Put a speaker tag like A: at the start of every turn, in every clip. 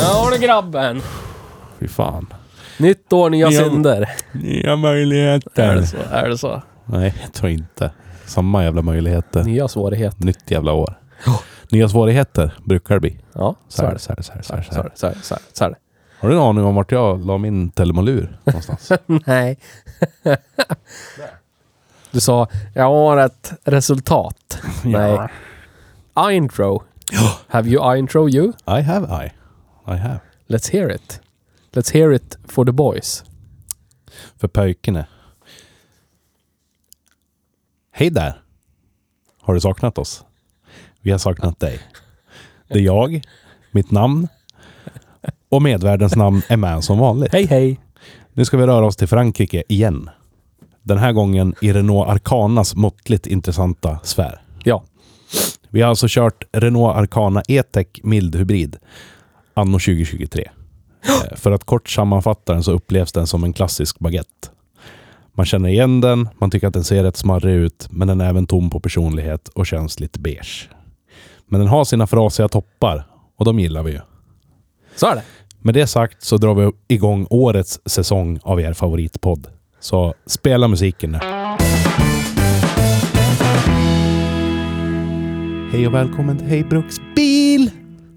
A: Ja har du grabben.
B: Fy fan.
A: Nytt år, nya
B: Ja.
A: synder.
B: Nya
A: Är
B: möjligheter.
A: det så? Är det så?
B: Nej, jag tror inte. Samma jävla möjligheter.
A: Nya svårigheter.
B: Nytt jävla år. Nya svårigheter brukar det bli.
A: Ja,
B: Så här,
A: det.
B: så här, så här, så
A: Så
B: här, så här.
A: är det, så är det, så är det.
B: Har du en aning om vart jag la min telemolur någonstans?
A: Nej. Du sa, jag har ett resultat. Nej. Intro. Have you intro you?
B: I have I. I have.
A: Let's hear it. Let's hear it for the boys.
B: För pöjkene. Hej där! Har du saknat oss? Vi har saknat dig. Det är jag, mitt namn och medvärdens namn är med som vanligt.
A: Hej hej!
B: Nu ska vi röra oss till Frankrike igen. Den här gången i Renault Arcanas måttligt intressanta sfär.
A: Ja.
B: Vi har alltså kört Renault Arcana E-Tech mild hybrid anno 2023. Eh, För att kort sammanfatta den så upplevs den som en klassisk baguette. Man känner igen den, man tycker att den ser rätt smarrig ut, men den är även tom på personlighet och känns lite beige. Men den har sina frasiga toppar och de gillar vi ju.
A: Så är det.
B: Med det sagt så drar vi igång årets säsong av er favoritpodd. Så spela musiken nu. Hej och välkommen till Hej Bruks bil!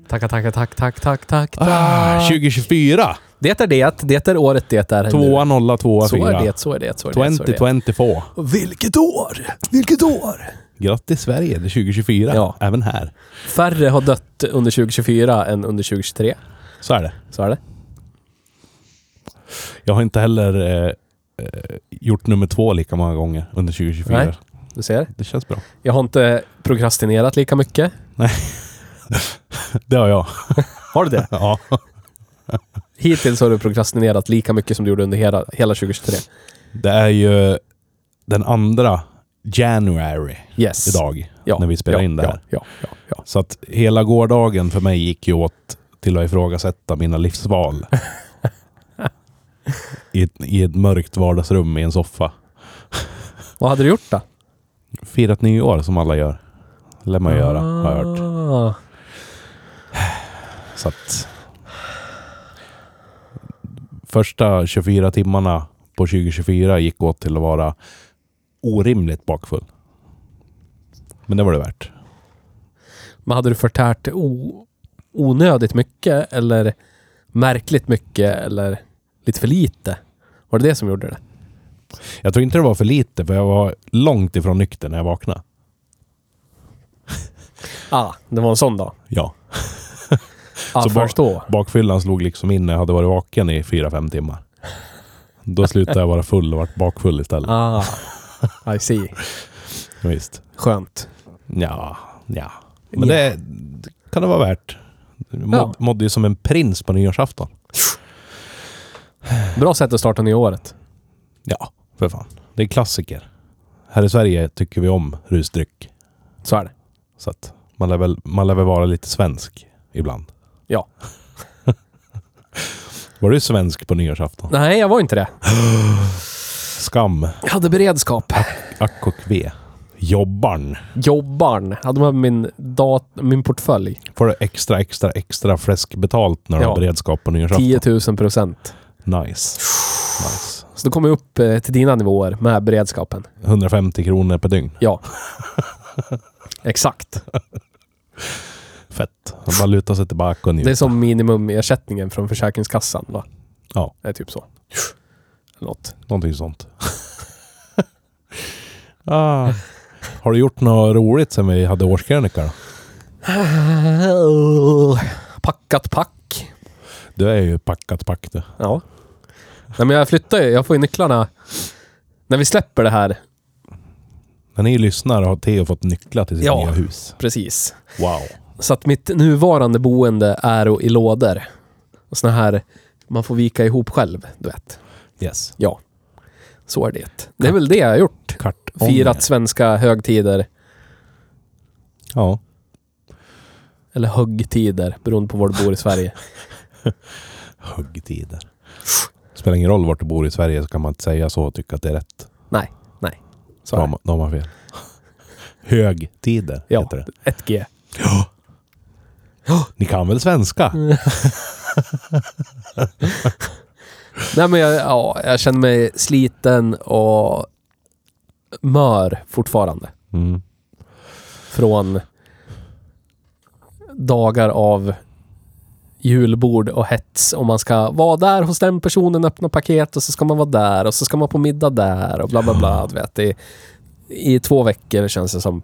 A: Tackar, tackar, tack, tack, tack, tack, tack.
B: Ah, 2024!
A: Det är det, det är året det är nu.
B: Tvåa, nolla, tvåa,
A: Så är
B: fyra.
A: det, så är det, så är det. så är det.
B: 2022.
A: Vilket år! Vilket år!
B: Grattis Sverige, det är 2024.
A: Ja.
B: Även här.
A: Färre har dött under 2024 än under 2023.
B: Så är det.
A: Så är det.
B: Jag har inte heller eh, eh, gjort nummer två lika många gånger under 2024.
A: Nej. Du ser.
B: Det känns bra.
A: Jag har inte prokrastinerat lika mycket.
B: Det har jag.
A: Har du det?
B: Ja.
A: Hittills har du prokrastinerat lika mycket som du gjorde under hela, hela 2023.
B: Det är ju den andra januari
A: Yes.
B: idag
A: Ja,
B: när vi spelar
A: ja,
B: in det
A: ja,
B: här.
A: Ja, ja, ja.
B: Så att hela gårdagen för mig gick ju åt till att ifrågasätta mina livsval. I, ett, I ett mörkt vardagsrum i en soffa.
A: Vad hade du gjort då?
B: Firat nyår som alla gör. lär man ju göra, har jag hört.
A: Ah.
B: Så att... Första 24 timmarna på 2024 gick åt till att vara orimligt bakfull. Men det var det värt.
A: Men hade du förtärt o- onödigt mycket eller märkligt mycket eller lite för lite? Var det det som gjorde det?
B: Jag tror inte det var för lite, för jag var långt ifrån nykter när jag vaknade.
A: Ah, det var en sån dag.
B: Ja.
A: Ah,
B: Så bara-
A: förstå.
B: Bakfyllan slog liksom in när jag hade varit vaken i fyra, fem timmar. Då slutade jag vara full och vart bakfull istället.
A: Ah, I see.
B: Visst.
A: Skönt.
B: Ja, ja. Men det kan det vara värt. Jag Måd,
A: Ja.
B: Mådde ju som en prins på nyårsafton.
A: Bra sätt att starta nya året.
B: Ja, för fan. Det är klassiker. Här i Sverige tycker vi om rusdryck.
A: Så är det.
B: Så att man lär väl, man lär väl vara lite svensk ibland.
A: Ja.
B: Var du svensk på nyårsafton?
A: Nej, jag var inte det.
B: Skam.
A: Jag hade beredskap.
B: Ack och kve. Jobbarn.
A: Jobbarn. Jag hade med min, dat- min portfölj.
B: Får du extra, extra, extra fläskbetalt när du
A: Ja.
B: har beredskap på nyårsafton?
A: 10 000 procent.
B: Nice. nice.
A: Så då kom jag upp eh, till dina nivåer med beredskapen.
B: 150 kronor per dygn.
A: Ja. Exakt.
B: Fett. Man bara lutar sig tillbaka och
A: Det
B: njuter.
A: är som minimumersättningen från Försäkringskassan, va?
B: Ja,
A: Det är typ så. Eller Något.
B: någonting sånt. ah. Har du gjort något roligt sen vi hade årskrönika då?
A: Packat pack.
B: Du är ju packat pack du.
A: Ja. Nej, men jag flyttar ju. Jag får ju nycklarna när vi släpper det här.
B: När ni lyssnar har Theo fått nycklar till sitt
A: Ja.
B: nya hus.
A: Precis.
B: Wow.
A: Så att mitt nuvarande boende är i lådor. Och såna här man får vika ihop själv, du vet.
B: Yes.
A: Ja. Så är det. Det är väl det jag har gjort.
B: Kartånger.
A: Firat svenska högtider.
B: Ja.
A: Eller höggtider, beroende på var du bor i Sverige.
B: Huggtider. Spelar ingen roll vart du bor i Sverige så kan man inte säga så och tycka att det är rätt.
A: Nej, nej. Så
B: Så
A: är
B: de, de har fel. Högtider
A: Ja.
B: heter det.
A: det. 1G.
B: Ni kan väl svenska?
A: Nej men jag, ja, jag känner mig sliten och mör fortfarande.
B: Mm.
A: Från dagar av julbord och hets och man ska vara där hos den personen, öppna paket och så ska man vara där och så ska man på middag där och bla bla bla. Du vet, i, I två veckor känns det som.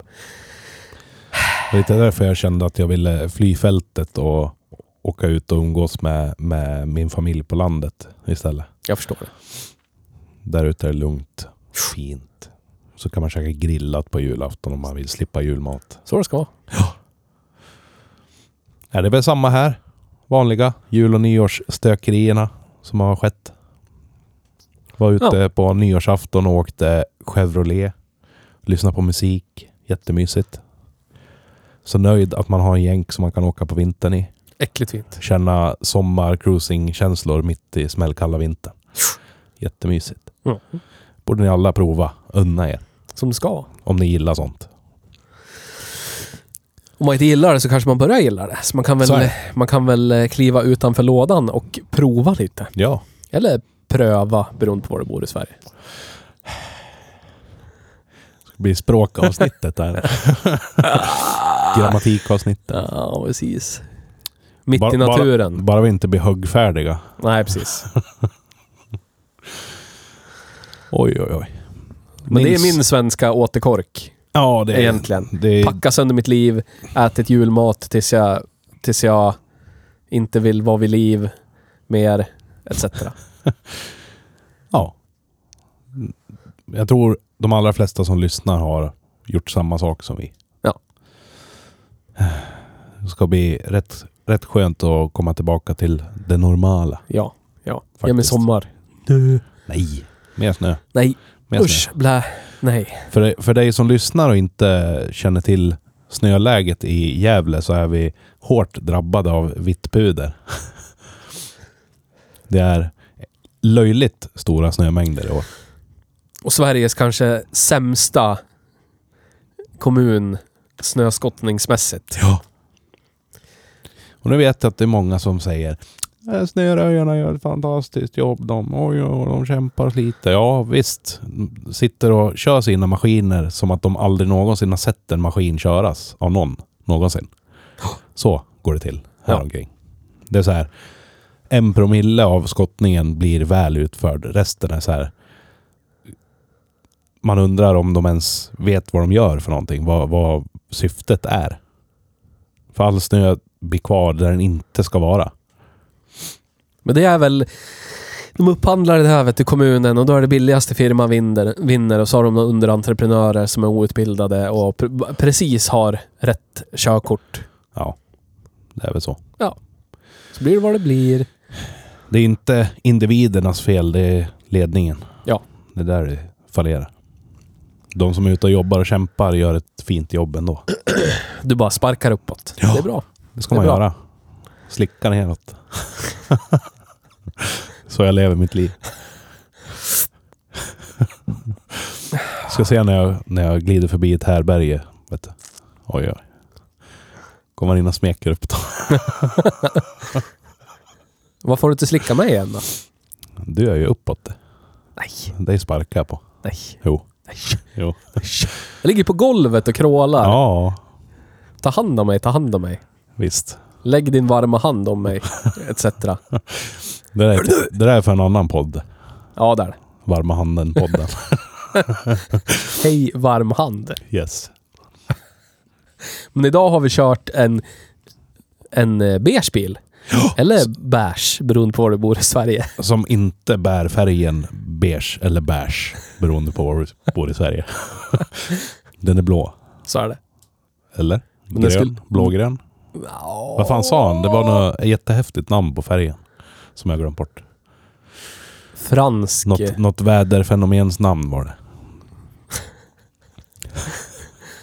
B: Det är lite därför jag kände att jag ville fly fältet och åka ut och umgås med, med min familj på landet istället.
A: Jag förstår det.
B: Där ute är det lugnt, fint. Så kan man käka grillat på julafton om man vill slippa julmat.
A: Så det ska vara.
B: Är det väl samma här? Vanliga jul och nyårsstökerierna som har skett. Var ute på nyårsafton och åkte Chevrolet. Lyssnade på musik. Jättemysigt. Så nöjd att man har en jänk som man kan åka på vintern i.
A: Äckligt fint.
B: Känna sommar-cruising-känslor mitt i smällkalla vintern. Jättemysigt.
A: Mm.
B: Borde ni alla prova. Unna er.
A: Som det ska.
B: Om ni gillar sånt.
A: Om man inte gillar det så kanske man börjar gilla det. Så man kan
B: Så är
A: väl,
B: det.
A: man kan väl eh, kliva utanför lådan och prova lite.
B: Ja.
A: Eller pröva, beroende på var du bor i Sverige.
B: Det blir språkavsnittet där. Grammatikavsnittet.
A: Ja, precis. Mitt
B: Bara-
A: i naturen.
B: Bara, bara vi inte blir höggfärdiga.
A: Nej, precis.
B: Oj, oj, oj.
A: Men det
B: Nils-
A: är min svenska återkork,
B: Ja, det är...
A: egentligen.
B: Det är
A: Packa sönder mitt liv, ätit julmat tills jag, tills jag inte vill vara vid liv mer, etc.
B: ja. Jag tror de allra flesta som lyssnar har gjort samma sak som vi.
A: Ja.
B: Det ska bli rätt, rätt skönt att komma tillbaka till det normala.
A: Ja, ja. Ge mig
B: Faktiskt.
A: sommar.
B: Nej. Mer snö.
A: Nej,
B: Mer
A: usch, blä. Nej.
B: Snö. För, för dig som lyssnar och inte känner till snöläget i Gävle så är vi hårt drabbade av vitt puder. Det är löjligt stora snömängder i år.
A: Och Sveriges kanske sämsta kommun snöskottningsmässigt.
B: Ja. Och nu vet jag att det är många som säger "Eh, Snöröjarna gör ett fantastiskt jobb. De, oj, oj, de kämpar och sliter. Ja visst. De Sitter och kör sina maskiner som att de aldrig någonsin har sett en maskin köras av någon. Någonsin. Så går det till här
A: Ja.
B: omkring. Det är så här. En promille av skottningen blir väl utförd. Resten är så här. Man undrar om de ens vet vad de gör för någonting. Vad, vad syftet är. För all snö blir kvar där den inte ska vara.
A: Men det är väl... De upphandlar det här vet, till kommunen och då är det billigaste firman vinner, vinner och så har de några underentreprenörer som är outbildade och pr- precis har rätt körkort.
B: Ja, det är väl så.
A: Så blir det vad det blir.
B: Det är inte individernas fel, det är ledningen.
A: Ja.
B: Det är där det fallerar. De som är ute och jobbar och kämpar gör ett fint jobb ändå.
A: Du bara sparkar uppåt.
B: Ja.
A: Det är bra.
B: Det ska
A: Det är
B: man
A: bra.
B: göra. Slicka neråt. så jag lever mitt liv. ska se när jag, när jag glider förbi ett härberge. Vet du. Oj, oj. Kommer in och smeker upp dem.
A: Varför får du inte slicka mig igen då?
B: Du är ju uppåt.
A: Nej,
B: Dig sparkar jag på.
A: nej,
B: Jo.
A: nej.
B: jo.
A: Jag ligger på golvet och krålar.
B: Ja,
A: Ta hand om mig, ta hand om mig.
B: visst.
A: Lägg din varma hand om mig, etc.
B: Det där, är, det där är för en annan podd.
A: Ja, där.
B: Varma handen-podden.
A: Hej varm hand.
B: yes.
A: Men idag har vi kört en, en eh, beige bil. Eller bärs, beroende på var du bor i Sverige.
B: Som inte bär färgen beige eller beige, beroende på var du bor i Sverige. Den är blå,
A: Så är det.
B: eller?
A: Men
B: Grön?
A: den skulle-
B: Blågrön? Vad fan sa han? Det var något jättehäftigt namn på färgen. Som jag glömt bort.
A: Fransk.
B: Något, något väderfenomens namn var det.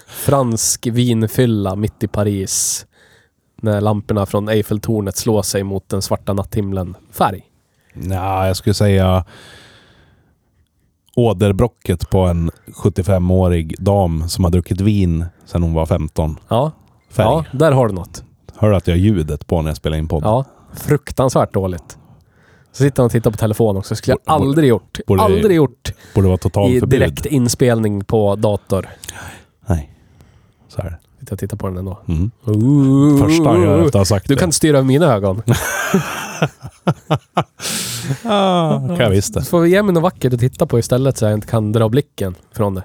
A: Fransk vinfylla mitt i Paris. När lamporna från Eiffeltornet slår sig mot den svarta natthimlen. Färg.
B: Nja, jag skulle säga åderbrocket på en 75-årig dam som har druckit vin sedan hon var 15.
A: Ja,
B: Färg.
A: ja där har du något.
B: Hör du att jag har ljudet på när jag spelar in podd?
A: Ja, fruktansvärt dåligt. Så sitter han och tittar på telefon också. skulle jag
B: Borde-
A: aldrig gjort.
B: borde-
A: aldrig gjort
B: Borde vara
A: i
B: totalförbud.
A: direkt inspelning på dator.
B: Nej. Så här.
A: Sitter och tittar på den ändå.
B: Mm.
A: Ooh.
B: Första jag gör efter att ha sagt
A: Du
B: det.
A: kan styra över mina ögon.
B: Ah, kan jag visst
A: Du
B: det.
A: får ge mig något vackert att titta på istället så jag inte kan dra blicken från det.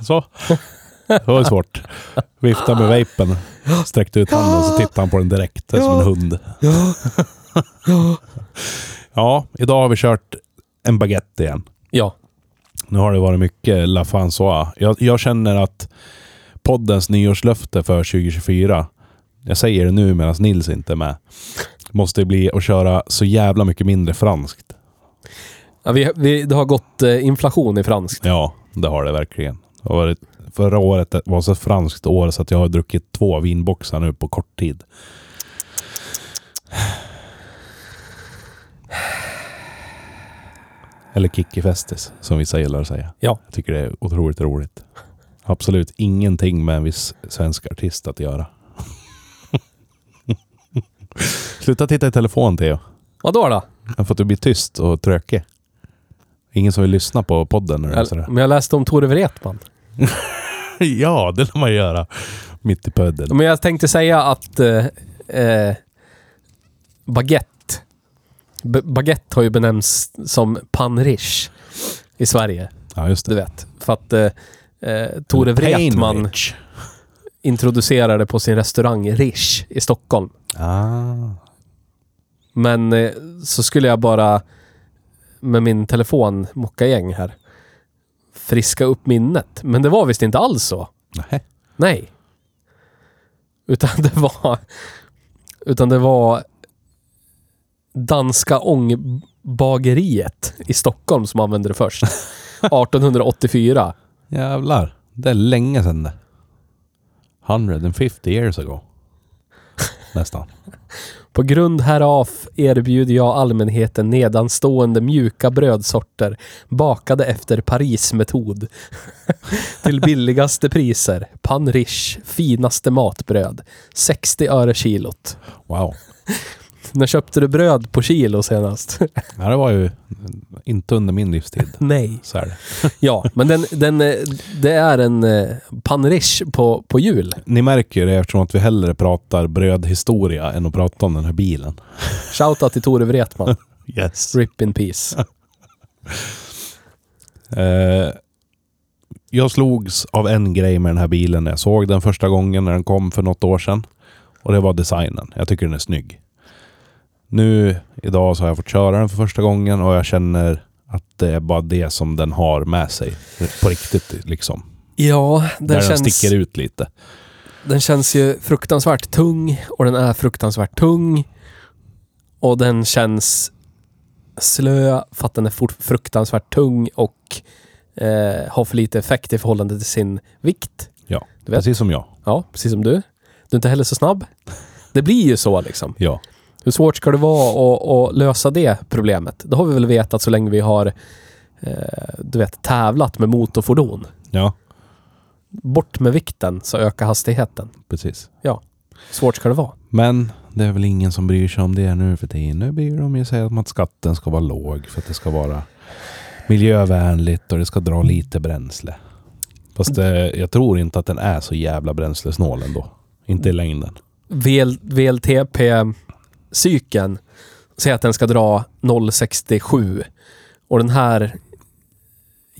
B: Så. Det var ju svårt. Vifta med vapen. Sträckte ut handen och så tittade han på den direkt. Det är som en hund.
A: Ja.
B: Ja, idag har vi kört en baguette igen.
A: Ja.
B: Nu har det varit mycket La François. Jag, jag känner att poddens nyårslöfte för 2024, jag säger det nu medan Nils inte är med, måste bli att köra så jävla mycket mindre franskt.
A: vi, vi, det har gått eh, inflation i franskt.
B: Ja, det har det verkligen. Det har varit, förra året var så franskt år så att jag har druckit två vinboxar nu på kort tid. Eller Kikki Festis, som vissa gillar att säga.
A: Ja.
B: Jag tycker det är otroligt roligt. Absolut ingenting med en viss svensk artist att göra. Sluta titta i telefon, Theo.
A: Vadå då?
B: För att du blir tyst och trökig. Ingen som vill lyssna på podden när du är sådär.
A: Men jag läste om Tore Wretman.
B: Ja, det lär man göra. Mitt i pudden.
A: Men jag tänkte säga att eh, eh, baguette, B- baguette har ju benämnts som panrish i Sverige,
B: Ja, just
A: du
B: det.
A: vet. För att eh, eh, Tore
B: Pain
A: Wretman
B: Ridge.
A: introducerade på sin restaurang Rish i Stockholm.
B: Ah.
A: Men eh, så skulle jag bara med min telefon, mockagäng här, friska upp minnet. Men det var visst inte alls så.
B: Nej.
A: Nej. Utan det var... Utan det var Danska ångbageriet i Stockholm som använde det först. 1884.
B: Jävlar. Det är länge sedan det. 150 years ago. Nästan.
A: På grund härav erbjuder jag allmänheten nedanstående mjuka brödsorter bakade efter Parismetod. Till billigaste priser. Panrish, finaste matbröd. 60 öre kilot.
B: Wow.
A: När köpte du bröd på kilo senast?
B: Ja, det var ju inte under min livstid.
A: Nej.
B: Så är det.
A: Ja, men den, den, eh, det är en eh, panrish på, på jul.
B: Ni märker ju det eftersom att vi hellre pratar brödhistoria än att prata om den här bilen.
A: Shoutout till Tore Wretman.
B: Yes.
A: Rip in peace.
B: Eh, jag slogs av en grej med den här bilen när jag såg den första gången när den kom för något år sedan. Och det var designen. Jag tycker den är snygg. Nu idag så har jag fått köra den för första gången och jag känner att det är bara det som den har med sig. På riktigt liksom.
A: Ja, den
B: där den
A: känns,
B: sticker ut lite.
A: den känns ju fruktansvärt tung och den är fruktansvärt tung. Och den känns slö för att den är fort, fruktansvärt tung och eh, har för lite effekt i förhållande till sin vikt.
B: Ja,
A: Du vet.
B: precis som jag.
A: Ja, precis som du. Du är inte heller så snabb. Det blir ju så liksom.
B: Ja.
A: Hur svårt ska det vara att, att lösa det problemet? Det har vi väl vetat så länge vi har eh, du vet, tävlat med motorfordon.
B: ja,
A: Bort med vikten så ökar hastigheten.
B: precis.
A: Svårt ska det vara.
B: Men det är väl ingen som bryr sig om det nu för tiden. Nu bryr de ju sig om att skatten ska vara låg för att det ska vara miljövänligt och det ska dra lite bränsle. Fast det, jag tror inte att den är så jävla bränslesnål ändå. Inte i längden.
A: VL, VLTP-cykeln säger att den ska dra 0,67 och den här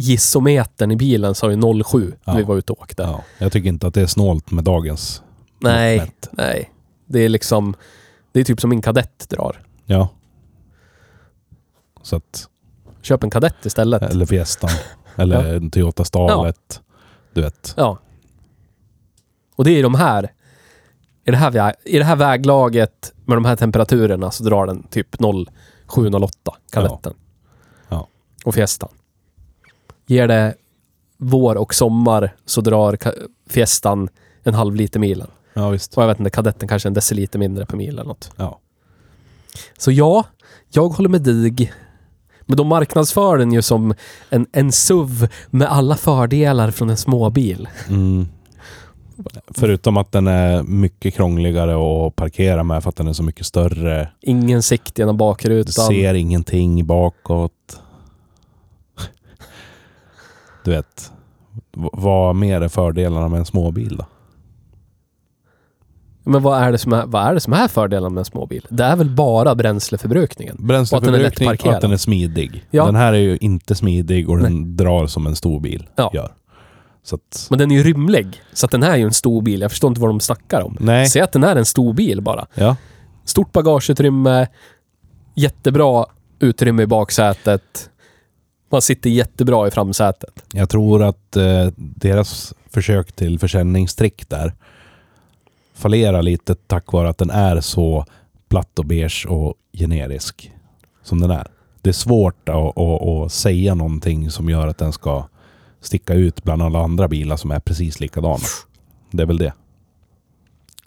A: gissometern i bilen sa ju 0,7 när
B: Ja.
A: vi var ute och åkte.
B: Ja, jag tycker inte att det är snålt med dagens
A: Nej,
B: mätt.
A: nej. Det är liksom Det är typ som min kadett drar.
B: Ja. Så att,
A: Köp en kadett istället.
B: eller Fiestan. eller en Toyota Starlet. Du vet.
A: Ja. Och det är i de här... I det här, vä- I det här väglaget med de här temperaturerna så drar den typ 0708, kadetten.
B: Ja.
A: Och Fiestan. Ger det vår och sommar så drar ka- Fiestan en halv liter milen.
B: Ja, visst.
A: Och jag vet inte, kadetten kanske en deciliter mindre per mil eller något.
B: Ja.
A: Så ja, jag håller med dig. Men de marknadsför den ju som en, en SUV med alla fördelar från en småbil.
B: Mm. Förutom att den är mycket krångligare att parkera med för att den är så mycket större.
A: Ingen sikt genom
B: Du
A: bakrutan.
B: ser ingenting bakåt. Du vet. v- Vad mer är fördelarna med en småbil då?
A: Men vad är, det som är, vad är det som är fördelen med en småbil? Det är väl bara bränsleförbrukningen?
B: Bränsleförbrukning och att
A: lättparkerad.
B: den är smidig.
A: Ja.
B: Den här är ju inte smidig och den drar som en stor bil
A: Ja.
B: gör. Så att,
A: Men den är ju rymlig. Så att den här är ju en stor bil. Jag förstår inte vad de snackar om.
B: nej.
A: Säg att den är en stor bil bara.
B: Ja.
A: Stort bagageutrymme, jättebra utrymme i baksätet. Man sitter jättebra i framsätet.
B: Jag tror att eh, deras försök till försäljningstrick där fallerar lite tack vare att den är så platt och beige och generisk som den är. Det är svårt att, att, att säga någonting som gör att den ska sticka ut bland alla andra bilar som är precis likadana. Det är väl det.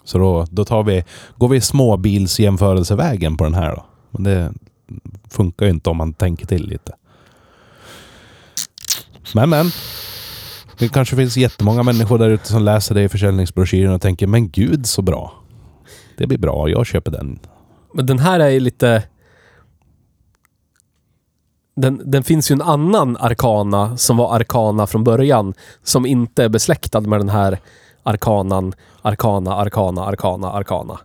B: Så då, då tar vi, går vi småbilsjämförelsevägen på den här då. Men det funkar ju inte om man tänker till lite. Men men. Det kanske finns jättemånga människor där ute som läser det i försäljningsbroschyren och tänker men gud så bra. Det blir bra, jag köper den.
A: Men den här är ju lite... Den, den finns ju en annan Arkana som var Arkana från början. Som inte är besläktad med den här Arkanan. Arkana, Arkana, Arkana, Arkana.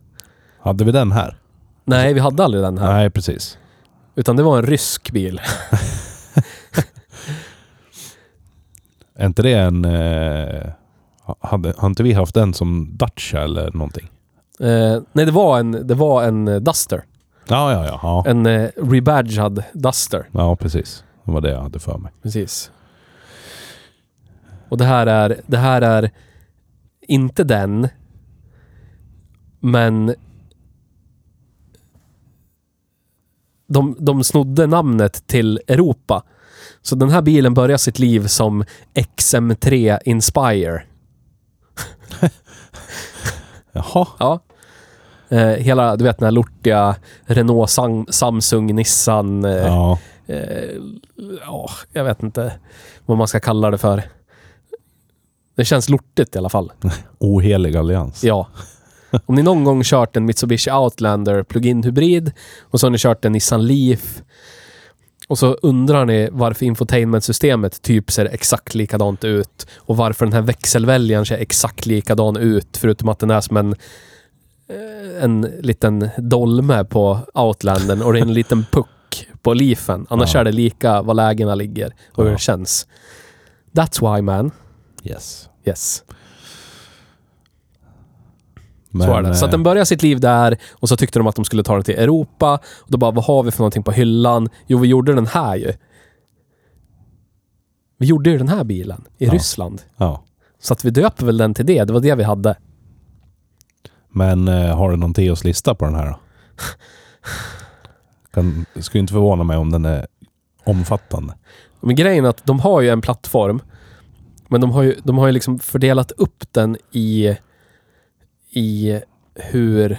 B: Hade vi den här?
A: Nej, vi hade aldrig den här.
B: Nej, precis.
A: Utan det var en rysk bil.
B: Är inte det en... Eh, hade, har inte vi haft den som Dacia eller någonting?
A: Eh, nej, det var en, det var en eh, Duster.
B: Ja, ja, ja. Ja,
A: En eh, rebadgad Duster.
B: ja precis. Det var det jag hade för mig.
A: Precis. Och det här är, det här är inte den, men de, de snodde namnet till Europa. Så den här bilen börjar sitt liv som XM3 Inspire.
B: Jaha.
A: Ja. Eh, hela, du vet den här lortiga Renault, Sam, Samsung, Nissan. Eh, ja.
B: Ja.
A: Eh, ja, jag vet inte vad man ska kalla det för. Det känns lortigt i alla fall.
B: Ohelig allians.
A: Ja. Om ni någon gång kört en Mitsubishi Outlander plug-in hybrid och så har ni kört en Nissan Leaf och så undrar ni varför infotainmentsystemet typ ser exakt likadant ut och varför den här växelväljaren ser exakt likadan ut förutom att den är som en eh, en liten dolme på Outlandern och det är en liten puck på Leafen. Annars
B: Ja.
A: är det lika var lägena ligger och hur
B: Ja.
A: det känns. That's why man.
B: Yes.
A: Yes.
B: Men,
A: så är det. Så att den
B: eh,
A: började sitt liv där och så tyckte de att de skulle ta den till Europa. Och då bara, vad har vi för någonting på hyllan? Jo, vi gjorde den här ju. Vi gjorde ju den här bilen i
B: Ja.
A: Ryssland.
B: ja.
A: Så att vi döper väl den till det. Det var det vi hade.
B: Men eh, har du någon Teos lista på den här då? Kan, skulle inte förvåna mig om den är omfattande.
A: Men grejen är att de har ju en plattform. Men de har ju, de har ju liksom fördelat upp den i, i hur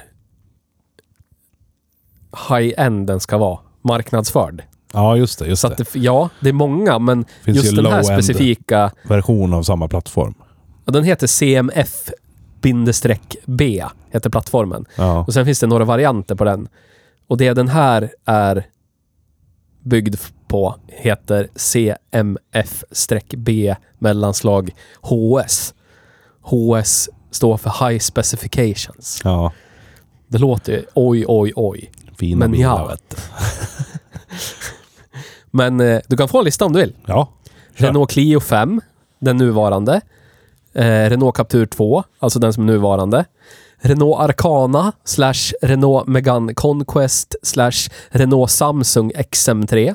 A: high-end den ska vara marknadsförd.
B: Ja, just det. Just
A: Så att
B: det.
A: det, ja, det är många, men
B: Finns
A: just
B: ju
A: den här
B: low-end.
A: specifika
B: Version av samma plattform.
A: Ja, den heter CMF-B, heter plattformen.
B: Ja,
A: Och sen finns det några varianter på den. Och det den här är byggd f- på heter CMF-B mellanslag HS. HS står för High Specifications.
B: ja.
A: Det låter ju oj, oj, oj.
B: fina
A: Men
B: bilar.
A: ja, vet du. Men eh, du kan få en lista om du vill.
B: Ja, kör.
A: Renault Clio 5, den nuvarande. Eh, Renault Captur 2, alltså den som är nuvarande. Renault Arcana slash Renault Megane Conquest slash Renault Samsung XM3.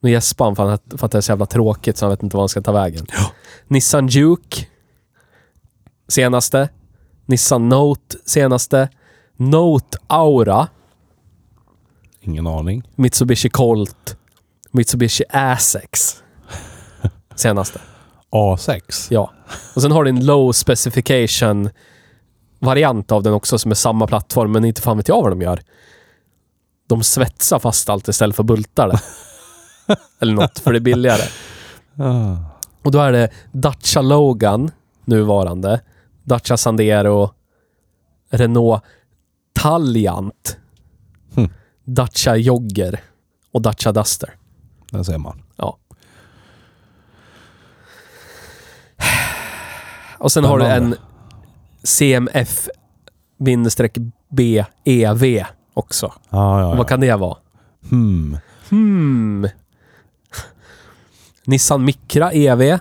A: Nu gäspar han för han- för att det är så jävla tråkigt så han vet inte vad han ska ta vägen. Nissan Juke senaste. Nissan Note senaste. Note Aura.
B: Ingen aning.
A: Mitsubishi Colt. Mitsubishi Asex. Senaste.
B: A6.
A: Ja. Och sen har du en low specification variant av den också som är samma plattform, men inte fan vet jag vad de gör. De svetsar fast allt istället för bultar det. Eller något, för det är billigare.
B: Ah.
A: Och då är det Dacia Logan, nuvarande. Dacia Sandero. Renault Taliant.
B: Hmm.
A: Dacia Jogger. Och Dacia Duster.
B: Där ser man.
A: Ja. Och sen har du en
B: Spännande.
A: CMF BEV E också.
B: Ah, ja, ja.
A: Vad kan det vara?
B: Hmm.
A: Hmm. Nissan Micra EV.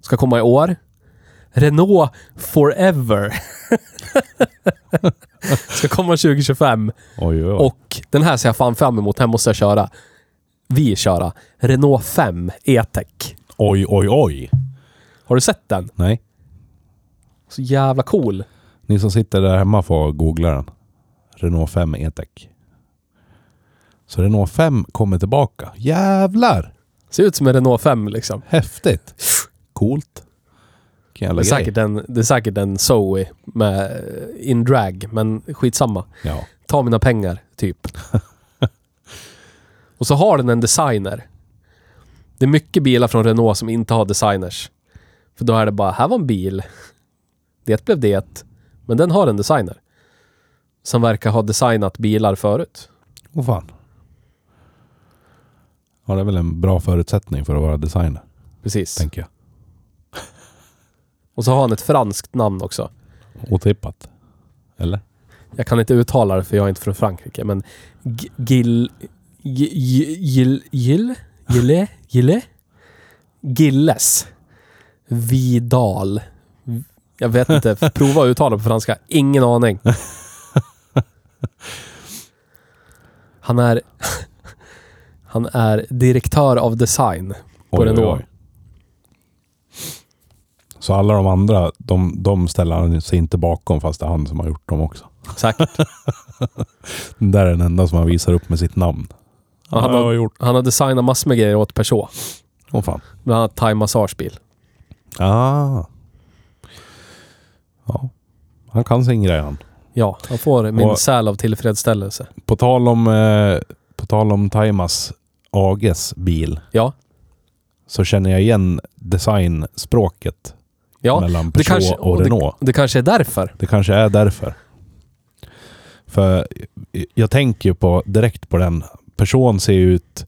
A: Ska komma i år. Renault Forever. Ska komma 2025.
B: Oj, oj, oj.
A: Och den här ser jag fan fram emot. Den här måste jag köra. Vi köra. Renault 5 E-Tech.
B: oj, oj, oj.
A: Har du sett den?
B: Nej.
A: Så jävla cool.
B: Ni som sitter där hemma får googla den. Renault 5 E-Tech. Så Renault 5 kommer tillbaka. Jävlar!
A: Ser ut som en Renault 5 liksom.
B: Häftigt! Coolt. Vilken
A: Det
B: jävla
A: är,
B: grej.
A: säkert en, det är säkert en Zoe med in drag, men skitsamma.
B: Ja.
A: Ta mina pengar, typ. Och så har den en designer. Det är mycket bilar från Renault som inte har designers. För då är det bara, här var en bil. Det blev det. Men den har en designer. Som verkar ha designat bilar förut.
B: Åh fan. Ja, det är väl en bra förutsättning för att vara designer,
A: Precis.
B: tänker jag.
A: Och så har han ett franskt namn också.
B: Otippat. Eller?
A: Jag kan inte uttala det för jag är inte från Frankrike, men G- Gil... G- G- Gil... Gil... Gille? Gille? Gilles. Vidal. Jag vet inte. Prova att uttala på franska. Ingen aning. Han är... Han är direktör av design. På Renault.
B: Så alla de andra, de, de ställer han sig inte bakom fast det är han som har gjort dem också.
A: Säkert.
B: Den där är den enda som han visar upp med sitt namn.
A: Ja, han
B: Ja,
A: har-
B: jag har gjort.
A: Han har designat massor med grejer åt Peugeot.
B: Åh fan.
A: Bland annat Time Massagebil.
B: Ah. Ja. Han kan sin grej han.
A: Ja, han får min
B: Och-
A: säl av tillfredsställelse.
B: På tal om, eh, på tal om Taimas Ages bil
A: Ja.
B: så känner jag igen designspråket
A: Ja.
B: mellan Peugeot och
A: det-
B: Renault.
A: Det, kanske är därför.
B: Det kanske är därför. För jag tänker ju på, direkt på den. Person ser ju ut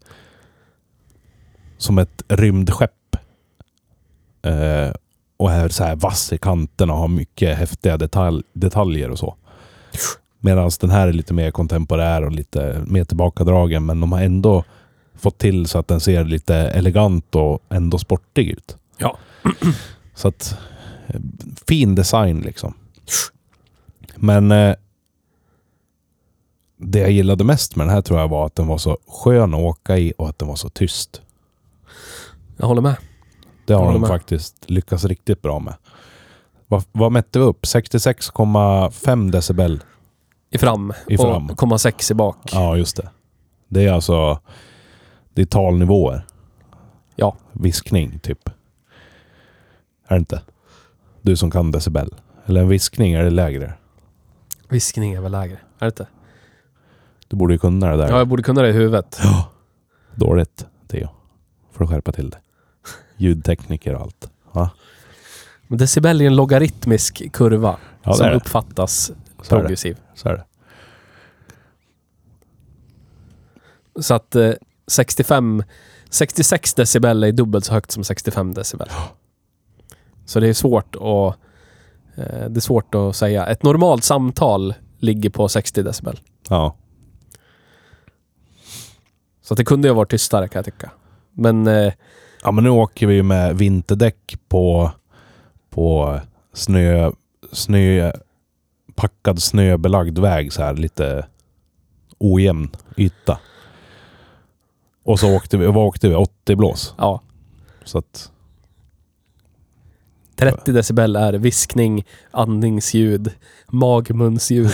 B: som ett rymdskepp. Eh, och är så här vass i kanterna och har mycket häftiga detalj, detaljer och så. Medan den här är lite mer kontemporär och lite mer tillbakadragen. Men de har ändå fått till så att den ser lite elegant och ändå sportig ut.
A: Ja.
B: Så att eh, fin design liksom. Men eh, det jag gillade mest med den här tror jag var att den var så skön att åka i och att den var så tyst.
A: Jag håller med.
B: Det har
A: håller
B: de
A: med.
B: faktiskt lyckats riktigt bra med. Vad, vad mätte vi upp? 66,5 decibel.
A: I fram.
B: I fram.
A: Och komma sex i bak. Ja.
B: Ja, just det. Det är alltså det är talnivåer.
A: Ja.
B: Viskning, typ. Är det inte? Du som kan decibel. Eller en viskning, är det lägre?
A: Viskning är väl lägre? Är det inte?
B: Du borde ju kunna det där.
A: Ja, jag borde kunna det i huvudet.
B: Dåligt, Theo. Får du skärpa till det. Ljudtekniker och allt. Va?
A: Men decibel är en logaritmisk kurva
B: Ja, det
A: som
B: är det.
A: uppfattas
B: Så är det.
A: progressiv.
B: Så är det.
A: Så att eh, 65... 66 decibel är dubbelt så högt som 65 decibel. Så det är svårt att... Eh, det är svårt att säga. Ett normalt samtal ligger på 60 decibel.
B: Ja.
A: Så att det kunde ju ha varit tystare kan jag tycka. Men eh,
B: ja, men nu åker vi ju med vinterdäck på, på snö, snö, packad snöbelagd väg så här lite ojämn yta. Och så åkte vi, vad åkte vi? 80 blås.
A: Ja.
B: Så att,
A: 30 decibel är viskning, andningsljud, magmunsljud.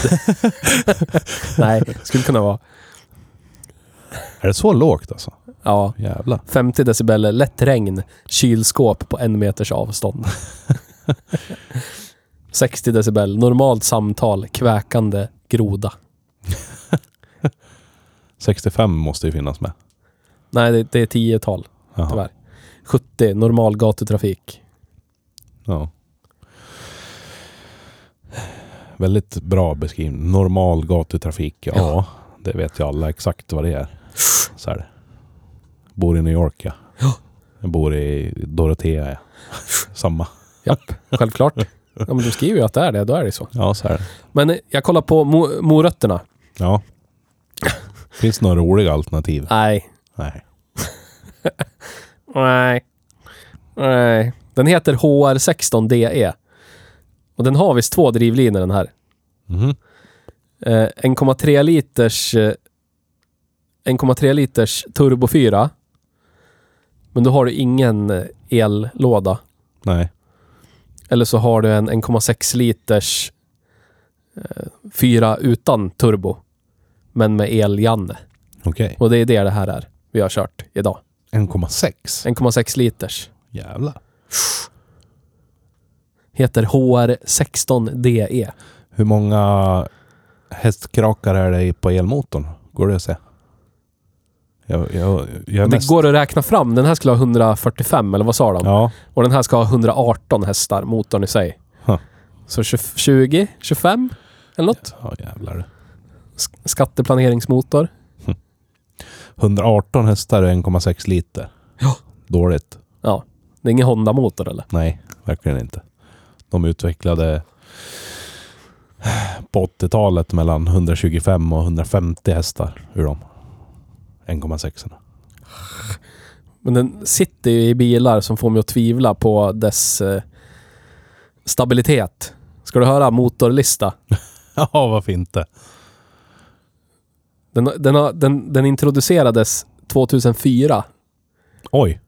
A: Nej, skulle kunna vara.
B: är det så lågt alltså?
A: Ja.
B: Jävlar.
A: 50 decibel är lätt regn, kylskåp på en meters avstånd. 60 decibel, normalt samtal, kväkande groda.
B: 65 måste ju finnas med.
A: Nej, det, det är tiotal
B: Jaha.
A: tyvärr. 70, normal gatutrafik.
B: Ja. Väldigt bra beskrivning. Normal gatutrafik. Ja,
A: Ja.
B: det vet ju alla exakt vad det är. Så här. Bor i New York, ja. Jag bor i Dorotea, ja. Samma.
A: Japp, självklart. Ja, men du skriver ju att det är det, då är det så.
B: Ja, så här.
A: Men eh, jag kollar på mo- morötterna.
B: Ja. Finns några roliga alternativ?
A: Nej.
B: Nej.
A: Nej. Nej. Den heter HR16DE. E. Och den har visst två drivlinor den här.
B: Mhm.
A: Eh, 1,3 liters eh, 1,3 liters turbo 4. Men då har du ingen eh, ellåda.
B: Nej.
A: Eller så har du en 1,6 liters eh, 4 utan turbo. Men med eljanne.
B: Okej.
A: Och det är det det här är. Vi har kört idag.
B: 1,6?
A: 1,6 liters.
B: Jävlar.
A: Heter HR16DE.
B: Hur många hästkrakar är det i- på elmotorn? Går det att se? Jag, jag, jag
A: Det
B: är mest...
A: går att räkna fram. Den här skulle ha 145 eller vad sa de?
B: Ja.
A: Och den här ska ha 118 hästar, motorn i sig.
B: Huh.
A: Så 20, 20, 25 eller något.
B: Ja, jävlar.
A: Sk- Skatteplaneringsmotor.
B: 118 hästar och 1,6 liter.
A: Ja.
B: Dåligt.
A: Ja. Det är ingen Honda-motor eller?
B: Nej, verkligen inte. De utvecklade på 80-talet mellan 125 och 150 hästar ur dem. 1,6.
A: Men den sitter ju i bilar som får mig att tvivla på dess eh, stabilitet. Ska du höra motorlista?
B: Ja, varför inte?
A: Den, den, har- den, den introducerades 2004.
B: Oj,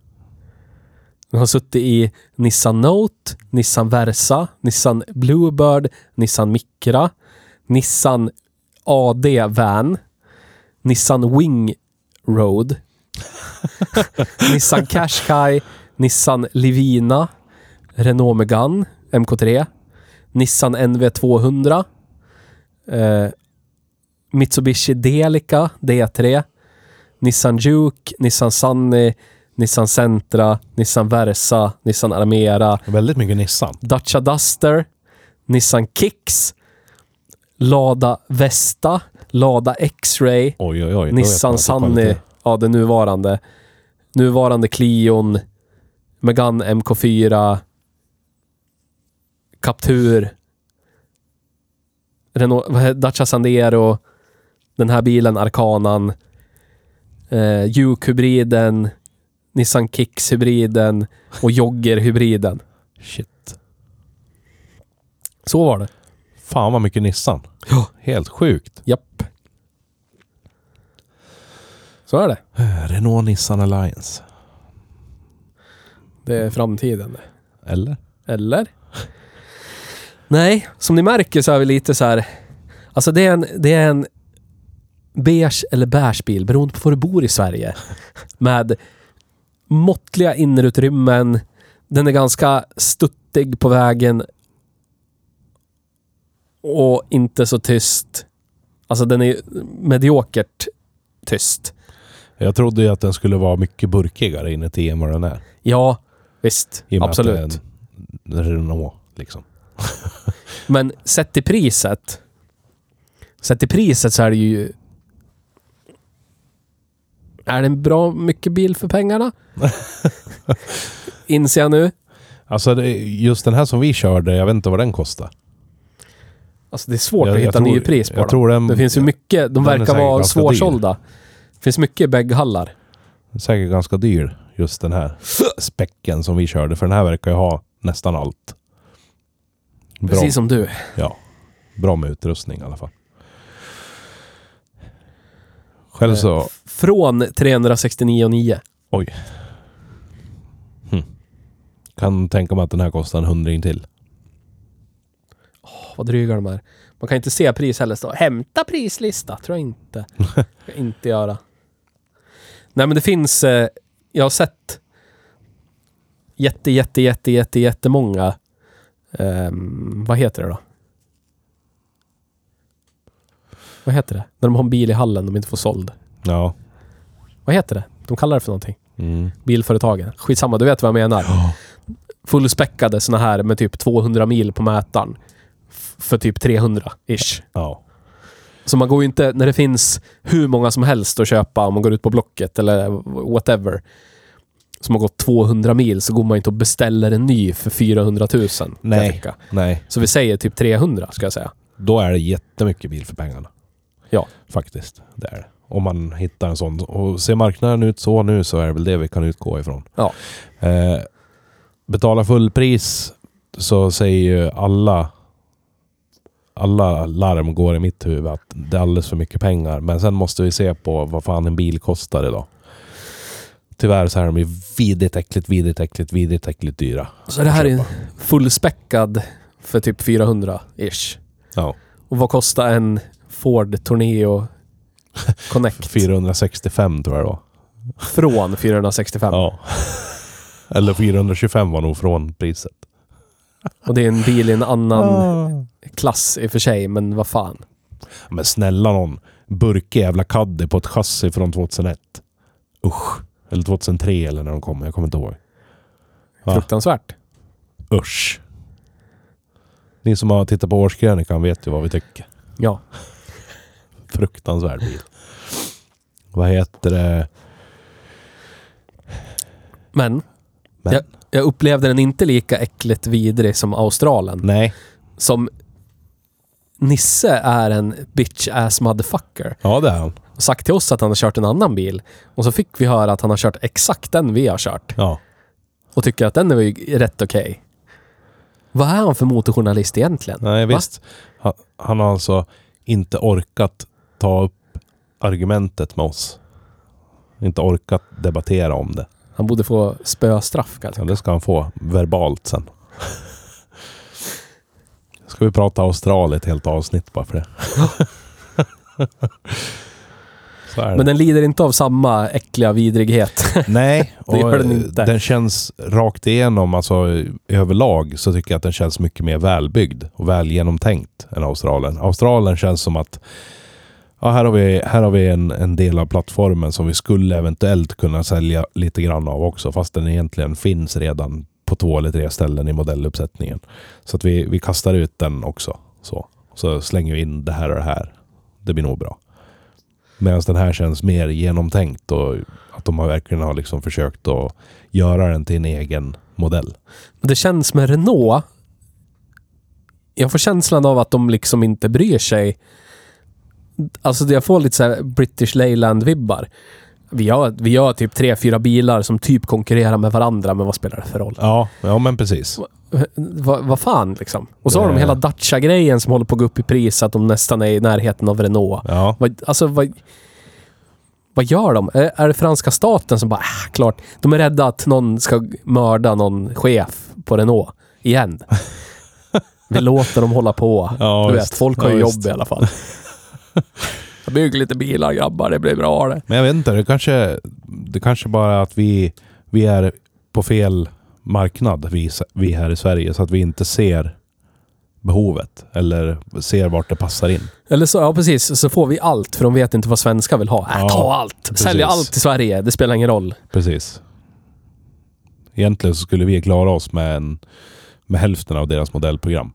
A: Den har suttit i Nissan Note, Nissan Versa, Nissan Bluebird, Nissan Micra, Nissan AD Van, Nissan Wing Road, Nissan Qashqai, Nissan Livina, Renault Megane MK3, Nissan NV200, eh, Mitsubishi Delica D3, Nissan Juke, Nissan Sunny, Nissan Sentra, Nissan Versa, Nissan Armera,
B: väldigt mycket Nissan.
A: Dacia Duster, Nissan Kicks, Lada Vesta, Lada X-Ray,
B: Oj, oj, oj. då vet man
A: Nissan
B: att det är kvalitet.
A: Sunny, ja den nuvarande. Nuvarande Clion, Megane MK4, Captur, Renault, vad heter- Dacia Sandero, den här bilen Arkanan, eh, Juke-hybriden, Nissan Kicks-hybriden och Jogger-hybriden.
B: Shit.
A: Så var det.
B: Fan vad mycket Nissan.
A: Ja.
B: Helt sjukt.
A: Japp. Så är det.
B: Renault Nissan Alliance.
A: Det är framtiden.
B: Eller?
A: Eller? Nej, som ni märker så är vi lite så här... Alltså det är en, det är en beige eller beige bil, beroende på var du bor i Sverige. Med måttliga innerutrymmen. Den är ganska stuttig på vägen. Och inte så tyst. Alltså den är mediokert tyst.
B: Jag trodde ju att den skulle vara mycket burkigare inuti än vad den är.
A: Ja, visst.
B: I och med
A: Absolut.
B: Att det är en Renault liksom.
A: Men sett till priset. Sett till priset så är det ju... Är det en bra mycket bil för pengarna? Inser jag nu.
B: Alltså det, just den här som vi körde, jag vet inte vad den kostar.
A: Alltså det är svårt
B: Jag-
A: att
B: jag
A: hitta
B: tror-
A: nya pris på
B: jag
A: dem.
B: tror den-
A: det finns ju mycket. De
B: den är
A: verkar
B: säkert
A: vara
B: ganska
A: svårsålda. Det finns mycket bägghallar.
B: Säkert ganska dyr, just den här späcken som vi körde. För den här verkar ju ha nästan allt. Bra,
A: Precis som du.
B: ja, bra med utrustning i alla fall. Själv så...
A: F- Från 369,9.
B: Kan tänka mig att den här kostar en hundring till.
A: Åh, vad dryga de är. Man kan inte se pris heller. Så, Hämta prislista, tror jag inte. Ska inte göra. Nej men det finns, eh, jag har sett jätte, jätte, jätte, jätte, jättemånga, ehm, vad heter det då? Vad heter det? När de har en bil i hallen de inte får såld.
B: Ja.
A: Vad heter det? De kallar det för någonting.
B: Mm.
A: Bilföretagen. Skitsamma, du vet vad jag menar. Fullspäckade såna här med typ 200 mil på mätaren. F- För typ 300-ish.
B: Ja.
A: Så man går ju inte, när det finns hur många som helst att köpa om man går ut på Blocket eller whatever. Som har gått 200 mil så går man ju inte och beställer en ny för 400 000. kan jag
B: Nej.
A: tycka.
B: Nej,
A: Så vi säger typ 300 ska jag säga.
B: då är det jättemycket bil för pengarna.
A: Ja.
B: Faktiskt. Det är det. Om man hittar en sån. Och ser marknaden ut så nu så är det väl det vi kan utgå ifrån.
A: Ja.
B: Eh, betala fullpris så säger ju alla alla larm går i mitt huvud att det är alldeles för mycket pengar. Men sen måste vi se på vad fan en bil kostar idag. Tyvärr så är de ju vidrigt äckligt, vidrigt äckligt, vidrigt äckligt dyra.
A: Så det här
B: att
A: är
B: köpa.
A: fullspäckad för typ 400-ish.
B: Ja,
A: Och vad kostar en Ford Torneo Connect?
B: 465 tror jag då.
A: Från 465.
B: Ja. Eller 425 var nog från priset.
A: Och det är en bil i en annan
B: Ah.
A: klass i och för sig, men vad fan.
B: Men snälla någon. Burke jävla Caddy på ett chassi från 2001. Usch. Eller 2003 eller när de kom. Jag kommer inte ihåg. Va?
A: Fruktansvärt.
B: Usch. Ni som har tittat på årskrönikan vet ju vad vi tycker.
A: Ja.
B: Fruktansvärd bil. Vad heter det?
A: Men,
B: Men.
A: Jag, jag upplevde den inte lika äckligt vidrig som Australien.
B: Nej.
A: Som Nisse är en bitch-ass motherfucker.
B: Ja, det är han.
A: Och sagt till oss att han har kört en annan bil. Och så fick vi höra att han har kört exakt den vi har kört.
B: Ja.
A: Och tycker att den är ju rätt okej. Vad är han för motorjournalist egentligen?
B: Nej,
A: Va?
B: visst. Han, han har alltså inte orkat ta upp argumentet med oss. Inte orkat debattera om det.
A: Han borde få spöstraff kanske.
B: Ja, det ska han få verbalt sen. Ska vi prata Australien ett helt avsnitt bara för det. Så är det.
A: Men den lider inte av samma äckliga vidrighet.
B: Nej, och
A: Det gör den inte.
B: den känns rakt igenom, alltså överlag så tycker jag att den känns mycket mer välbyggd och väl genomtänkt än Australien. Australien känns som att ja, här har vi, här har vi en, en del av plattformen som vi skulle eventuellt kunna sälja lite grann av också, fast den egentligen finns redan på två eller tre ställen i modelluppsättningen. Så att vi, vi kastar ut den också. Så, så slänger vi in det här och det här. Det blir nog bra. Medan den här känns mer genomtänkt och att de har verkligen har liksom försökt att göra den till en egen modell.
A: Det känns med Renault. Jag får känslan av att de liksom inte bryr sig. Alltså jag får lite så här British Leyland-vibbar. Vi har, vi har typ tre, fyra bilar som typ konkurrerar med varandra, men vad spelar det för roll?
B: Ja, ja men precis.
A: Vad vad fan liksom? Och så har de
B: Det-
A: hela Dacia-grejen som håller på att gå upp i pris, så att de nästan är i närheten av Renault.
B: Ja,
A: Vad, alltså, vad, vad gör de? Är, är det franska staten som bara, ah, klart. De är rädda att någon ska mörda någon chef på Renault igen. Vi låter dem hålla på.
B: Ja,
A: du
B: visst.
A: vet, folk har ju
B: Ja,
A: jobb
B: visst.
A: i alla fall. Jag bygger lite bilar grabbar, det blir bra det.
B: men jag vet inte. Det kanske, det kanske bara är att vi, vi är på fel marknad, vi, s- vi här i Sverige, så att vi inte ser behovet eller ser vart det passar in.
A: Eller så, ja precis, så får vi allt för de vet inte vad svenskar vill ha. Äh,
B: Ja,
A: ta allt! Sälj
B: precis.
A: allt till Sverige, det spelar ingen roll.
B: Precis. Egentligen så skulle vi klara oss med, en, med hälften av deras modellprogram.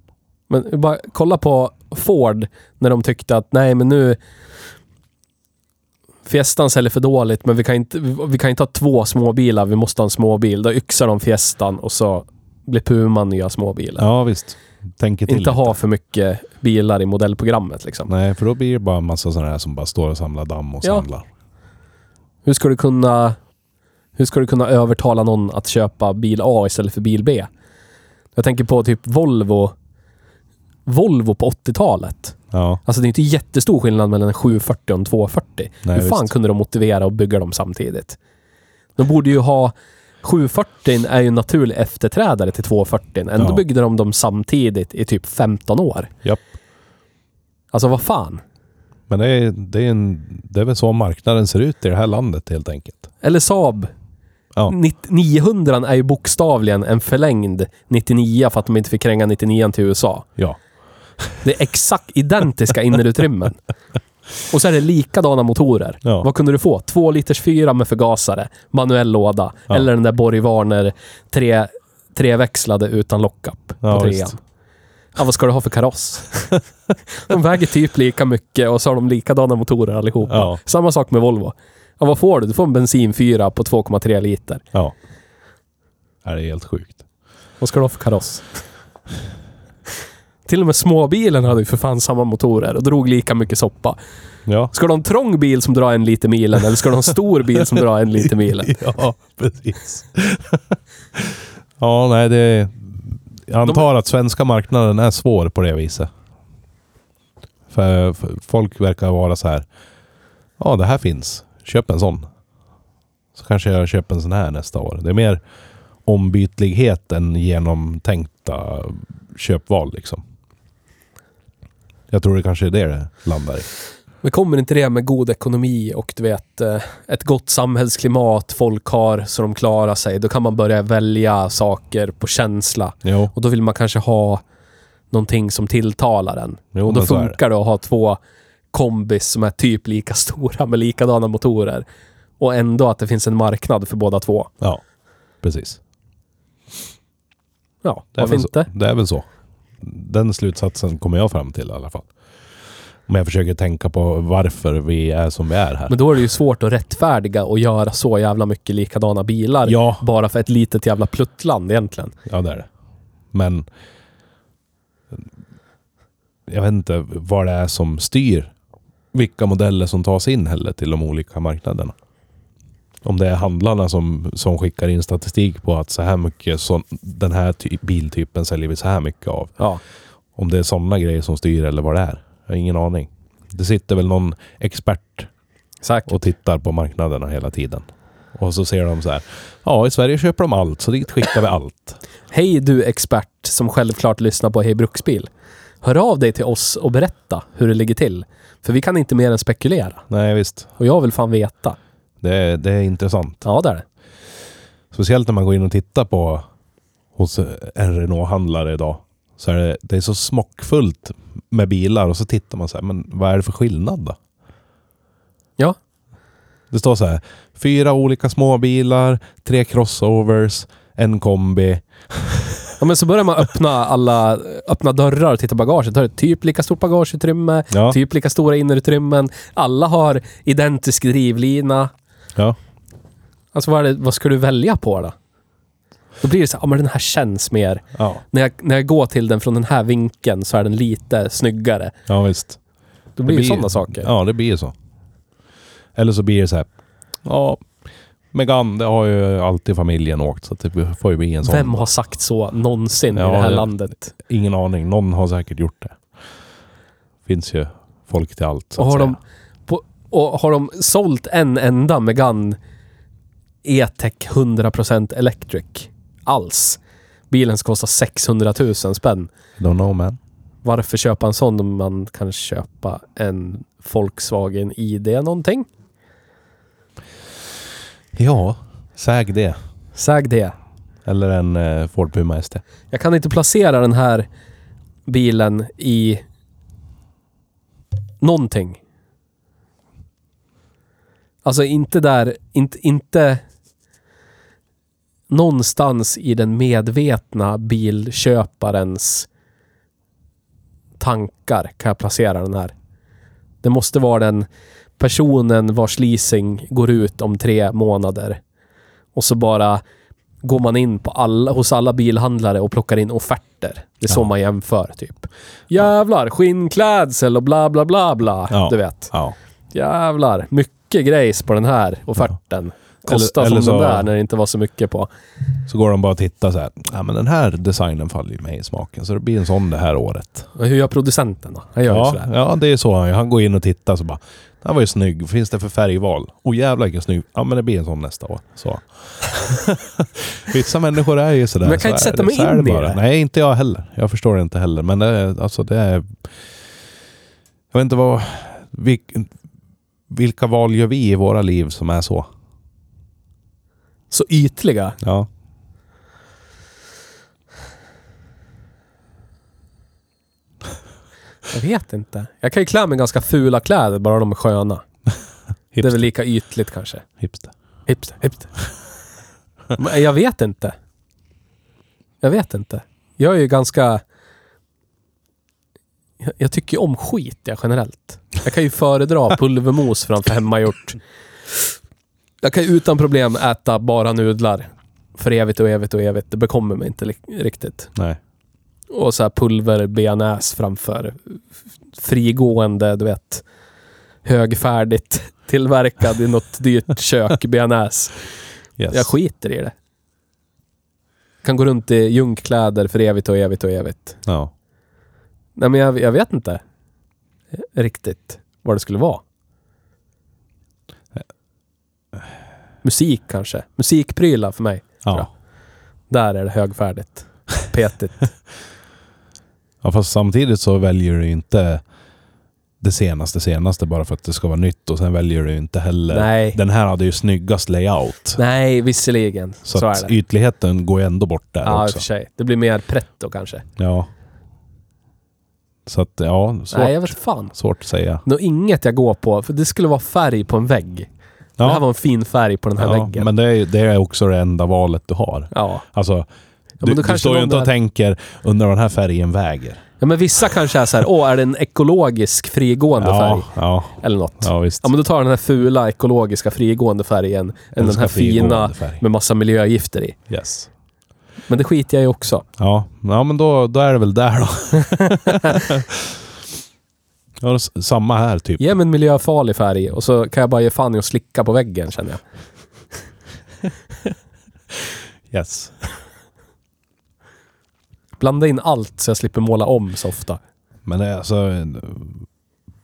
A: Men bara kolla på Ford när de tyckte att nej men nu Fiestan säljer för dåligt men vi kan inte, vi kan inte ha två småbilar, vi måste ha en småbil. Då yxar de Fiestan och så blir Puma nya småbilar.
B: Ja, visst. Tänker till
A: inte ha för mycket bilar i modellprogrammet liksom.
B: Nej, för då blir det bara en massa sådana här som bara står och samlar damm och
A: Ja.
B: samlar.
A: Hur ska du kunna hur ska du kunna övertala någon att köpa bil A istället för bil B? Jag tänker på typ Volvo Volvo på 80-talet.
B: Ja,
A: Alltså det är inte jättestor skillnad mellan en 740 och en 240.
B: Nej,
A: Hur fan
B: visst.
A: kunde de motivera att bygga dem samtidigt? De borde ju ha... 740 är ju en naturlig efterträdare till 240. Ändå
B: Ja.
A: byggde de dem samtidigt i typ 15 år.
B: japp.
A: Alltså vad fan?
B: Men det är, det, är en, det är väl så marknaden ser ut i det här landet helt enkelt.
A: Eller Saab.
B: Ja.
A: 90 900 är ju bokstavligen en förlängd 99 för att de inte fick kränga 99 till USA.
B: Ja.
A: Det är exakt identiska innerutrymmen. Och så är det likadana motorer.
B: Ja.
A: Vad kunde du få? Två liters fyra med förgasare, manuell låda
B: Ja.
A: eller den där Borg Warner tre, treväxlade utan lockup
B: Ja,
A: på trean.
B: visst.
A: Ja, vad ska du ha för kaross? de väger typ lika mycket och så har de likadana motorer allihopa.
B: Ja.
A: Samma sak med Volvo. Ja, vad får du? Du får en bensinfyra på 2,3 liter.
B: Ja. Det här är helt sjukt.
A: Vad ska du ha för kaross? Till och med småbilen hade ju för fan samma motorer och drog lika mycket soppa.
B: Ja.
A: Ska du ha en trång bil som drar en liter milen eller ska du ha en stor bil som drar en liter milen?
B: Ja, precis. ja, nej det är... Jag antar att svenska marknaden är svår på det viset. För, för folk verkar vara så här. Ja, det här finns. Köp en sån. Så kanske jag köper en sån här nästa år. Det är mer ombytlighet än genomtänkta köpval liksom. Jag tror det kanske är det det landar i.
A: Men kommer inte det med god ekonomi och du vet, eh, ett gott samhällsklimat folk har så de klarar sig. Då kan man börja välja saker på känsla.
B: Jo,
A: Och då vill man kanske ha någonting som tilltalar en.
B: Jo,
A: och då
B: men så är det.
A: funkar det att ha två kombis som är typ lika stora med likadana motorer. Och ändå att det finns en marknad för båda två.
B: ja. Precis.
A: Ja,
B: Det är,
A: varför
B: väl så,
A: inte?
B: det är väl så. Den slutsatsen kommer jag fram till i alla fall. Om jag försöker tänka på varför vi är som vi är här.
A: Men då är det ju svårt att rättfärdiga och göra så jävla mycket likadana bilar.
B: Ja.
A: Bara för ett litet jävla pluttland egentligen.
B: Ja, det är det. Men jag vet inte vad det är som styr vilka modeller som tas in heller till de olika marknaderna. Om det är handlarna som, som skickar in statistik på att så här mycket, så, den här ty- biltypen säljer vi så här mycket av.
A: Ja.
B: Om det är sådana grejer som styr eller vad det är. Jag har ingen aning. Det sitter väl någon expert
A: Säkert.
B: och tittar på marknaderna hela tiden. Och så ser de så här. Ja, i Sverige köper de allt, så dit skickar vi allt.
A: Hej du expert som självklart lyssnar på Hej Bruksbil. Hör av dig till oss och berätta hur det ligger till. För vi kan inte mer än spekulera.
B: Nej, visst.
A: Och jag vill fan veta.
B: Det är, det är intressant.
A: Ja, där. är
B: Speciellt när man går in och tittar på hos en Renault-handlare idag. Så är det, det är så smockfullt med bilar och så tittar man så här, men vad är det för skillnad då?
A: Ja.
B: Det står så här, fyra olika småbilar, tre crossovers, en kombi.
A: ja. Men så börjar man öppna alla öppna dörrar och titta bagaget. Då är det typ lika stort bagageutrymme,
B: Ja.
A: typ lika stora innerutrymmen. Alla har identisk drivlina.
B: Ja.
A: Alltså vad, är det, vad ska du välja på då? Då blir det så här, ja men den här känns mer.
B: Ja,
A: När jag, när jag går till den från den här vinkeln så är den lite snyggare.
B: ja visst.
A: Då blir det sådana saker.
B: Ja, det blir ju så. Eller så blir det så här. Ja, Megane, det har ju alltid familjen åkt så att det får ju bli en sån.
A: Vem har sagt så någonsin
B: Ja,
A: i det här
B: det-
A: landet?
B: Ingen aning. Någon har säkert gjort det. Finns ju folk till allt. så
A: Och
B: att
A: har, de,
B: säga.
A: på, och har de sålt en enda Megane E-Tech 100% Electric alls? Bilen ska kosta 600 000 spänn.
B: Don't know man.
A: Varför köpa en sån om man kan köpa en Volkswagen ID någonting?
B: Ja, säg det.
A: Säg det.
B: Eller en eh, Ford Puma ST.
A: Jag kan inte placera den här bilen i någonting. Alltså inte där, inte, inte någonstans i den medvetna bilköparens tankar kan jag placera den här. Det måste vara den personen vars leasing går ut om tre månader. Och så bara går man in på alla, hos alla bilhandlare och plockar in offerter. Det är så
B: Ja.
A: man jämför typ. Jävlar, skinnklädsel och bla bla bla bla.
B: Ja.
A: Du vet.
B: Ja.
A: Jävlar, mycket grejs på den här offerten. kosta
B: Eller-
A: som
B: eller
A: den
B: så-
A: där när det inte var så mycket på.
B: Så går de bara och tittar så här. Ja, men den här designen faller ju mig i smaken, så det blir en sån det här året.
A: Men Hur gör producenten då? Han gör ju
B: Ja,
A: sådär.
B: ja det är så han gör. Han går in och tittar så bara. Den här var ju snygg. Finns det för färgval? Oh jävlar vilken snygg. Ja, men det blir en sån nästa år. Så. Vissa människor är ju sådär.
A: Men jag kan inte
B: så är
A: sätta mig
B: så är
A: in i
B: bara.
A: det.
B: Nej, inte jag heller. Jag förstår det inte heller. Men det är, alltså det är... Jag vet inte vad... vilk- vilka val gör vi i våra liv som är så?
A: Så ytliga.
B: Ja.
A: Jag vet inte. Jag kan ju klä mig i ganska fula kläder, bara de är sköna. Det är väl lika ytligt kanske.
B: Hipster.
A: Hipster, hipster. Men jag vet inte. Jag vet inte. Jag är ju ganska... Jag, jag tycker ju om skit, jag generellt. Jag kan ju föredra pulvermos framför hemmagjort. Jag kan ju utan problem äta bara nudlar. För evigt och evigt och evigt. Det bekommer mig inte li- riktigt.
B: Nej.
A: Och så här pulver bearnaise framför f- frigående, du vet, högfärdigt tillverkad i något dyrt kök bearnaise.
B: Yes.
A: Jag skiter i det. Kan gå runt i junkkläder för evigt och evigt och evigt.
B: Ja.
A: Nej, men jag, jag vet inte riktigt vad det skulle vara. Musik kanske. Musikprylar för mig. tror jag.
B: Ja.
A: Där är det högfärdigt. Petigt.
B: ja, fast samtidigt så väljer du ju inte det senaste senaste bara för att det ska vara nytt och sen väljer du ju inte heller...
A: Nej.
B: Den här hade ju snyggast layout.
A: Nej, visserligen.
B: Så,
A: Så,
B: att
A: är det.
B: ytligheten går ju ändå bort där
A: Ja, i och
B: också.
A: för sig. Det blir mer pretto kanske.
B: Ja. Så att, ja, svårt,
A: Nej, jag vet fan.
B: svårt att säga.
A: Nå, inget jag går på, för det skulle vara färg på en vägg. Det här var en fin färg på den här
B: ja
A: väggen.
B: men det är, det är också det enda valet du har.
A: Ja.
B: Alltså,
A: men
B: du,
A: då
B: du
A: kanske
B: står ju
A: någon
B: inte och
A: där-
B: tänker under den här färgen väger.
A: ja, men vissa kanske är så här, åh, är det en ekologisk frigående
B: Ja,
A: färg?
B: ja,
A: Eller något. Ja.
B: ja, visst.
A: men då tar jag den här fula ekologiska frigående färgen än den
B: Den
A: här
B: ska frigående
A: fina
B: färg.
A: med massa miljögifter i.
B: Yes.
A: Men det skiter jag i också.
B: Ja, ja men då, då är det väl där då. ja, då s- samma här typ.
A: Ge mig en miljöfarlig färg och så kan jag bara ge fan i att slicka på väggen känner jag.
B: Yes.
A: Blanda in allt så jag slipper måla om så ofta.
B: Men det är alltså,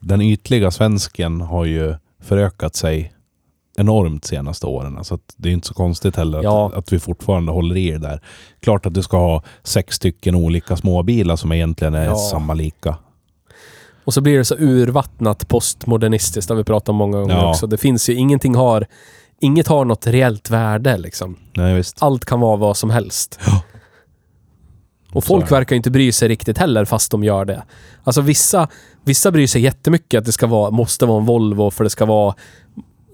B: den ytliga svensken har ju förökat sig enormt senaste åren. Så att det är inte så konstigt heller att,
A: Ja.
B: att vi fortfarande håller i det där. Klart att du ska ha sex stycken olika småbilar som egentligen är
A: Ja.
B: samma lika.
A: Och så blir det så urvattnat postmodernistiskt, det har vi pratat om många gånger
B: Ja.
A: också. Det finns ju, ingenting har, inget har något reellt värde liksom.
B: Nej, visst.
A: Allt kan vara vad som helst.
B: Ja.
A: Och
B: Så är
A: folk
B: det.
A: verkar ju inte bry sig riktigt heller, fast de gör det. Alltså vissa, vissa bryr sig jättemycket att det ska vara, måste vara en Volvo för det ska vara,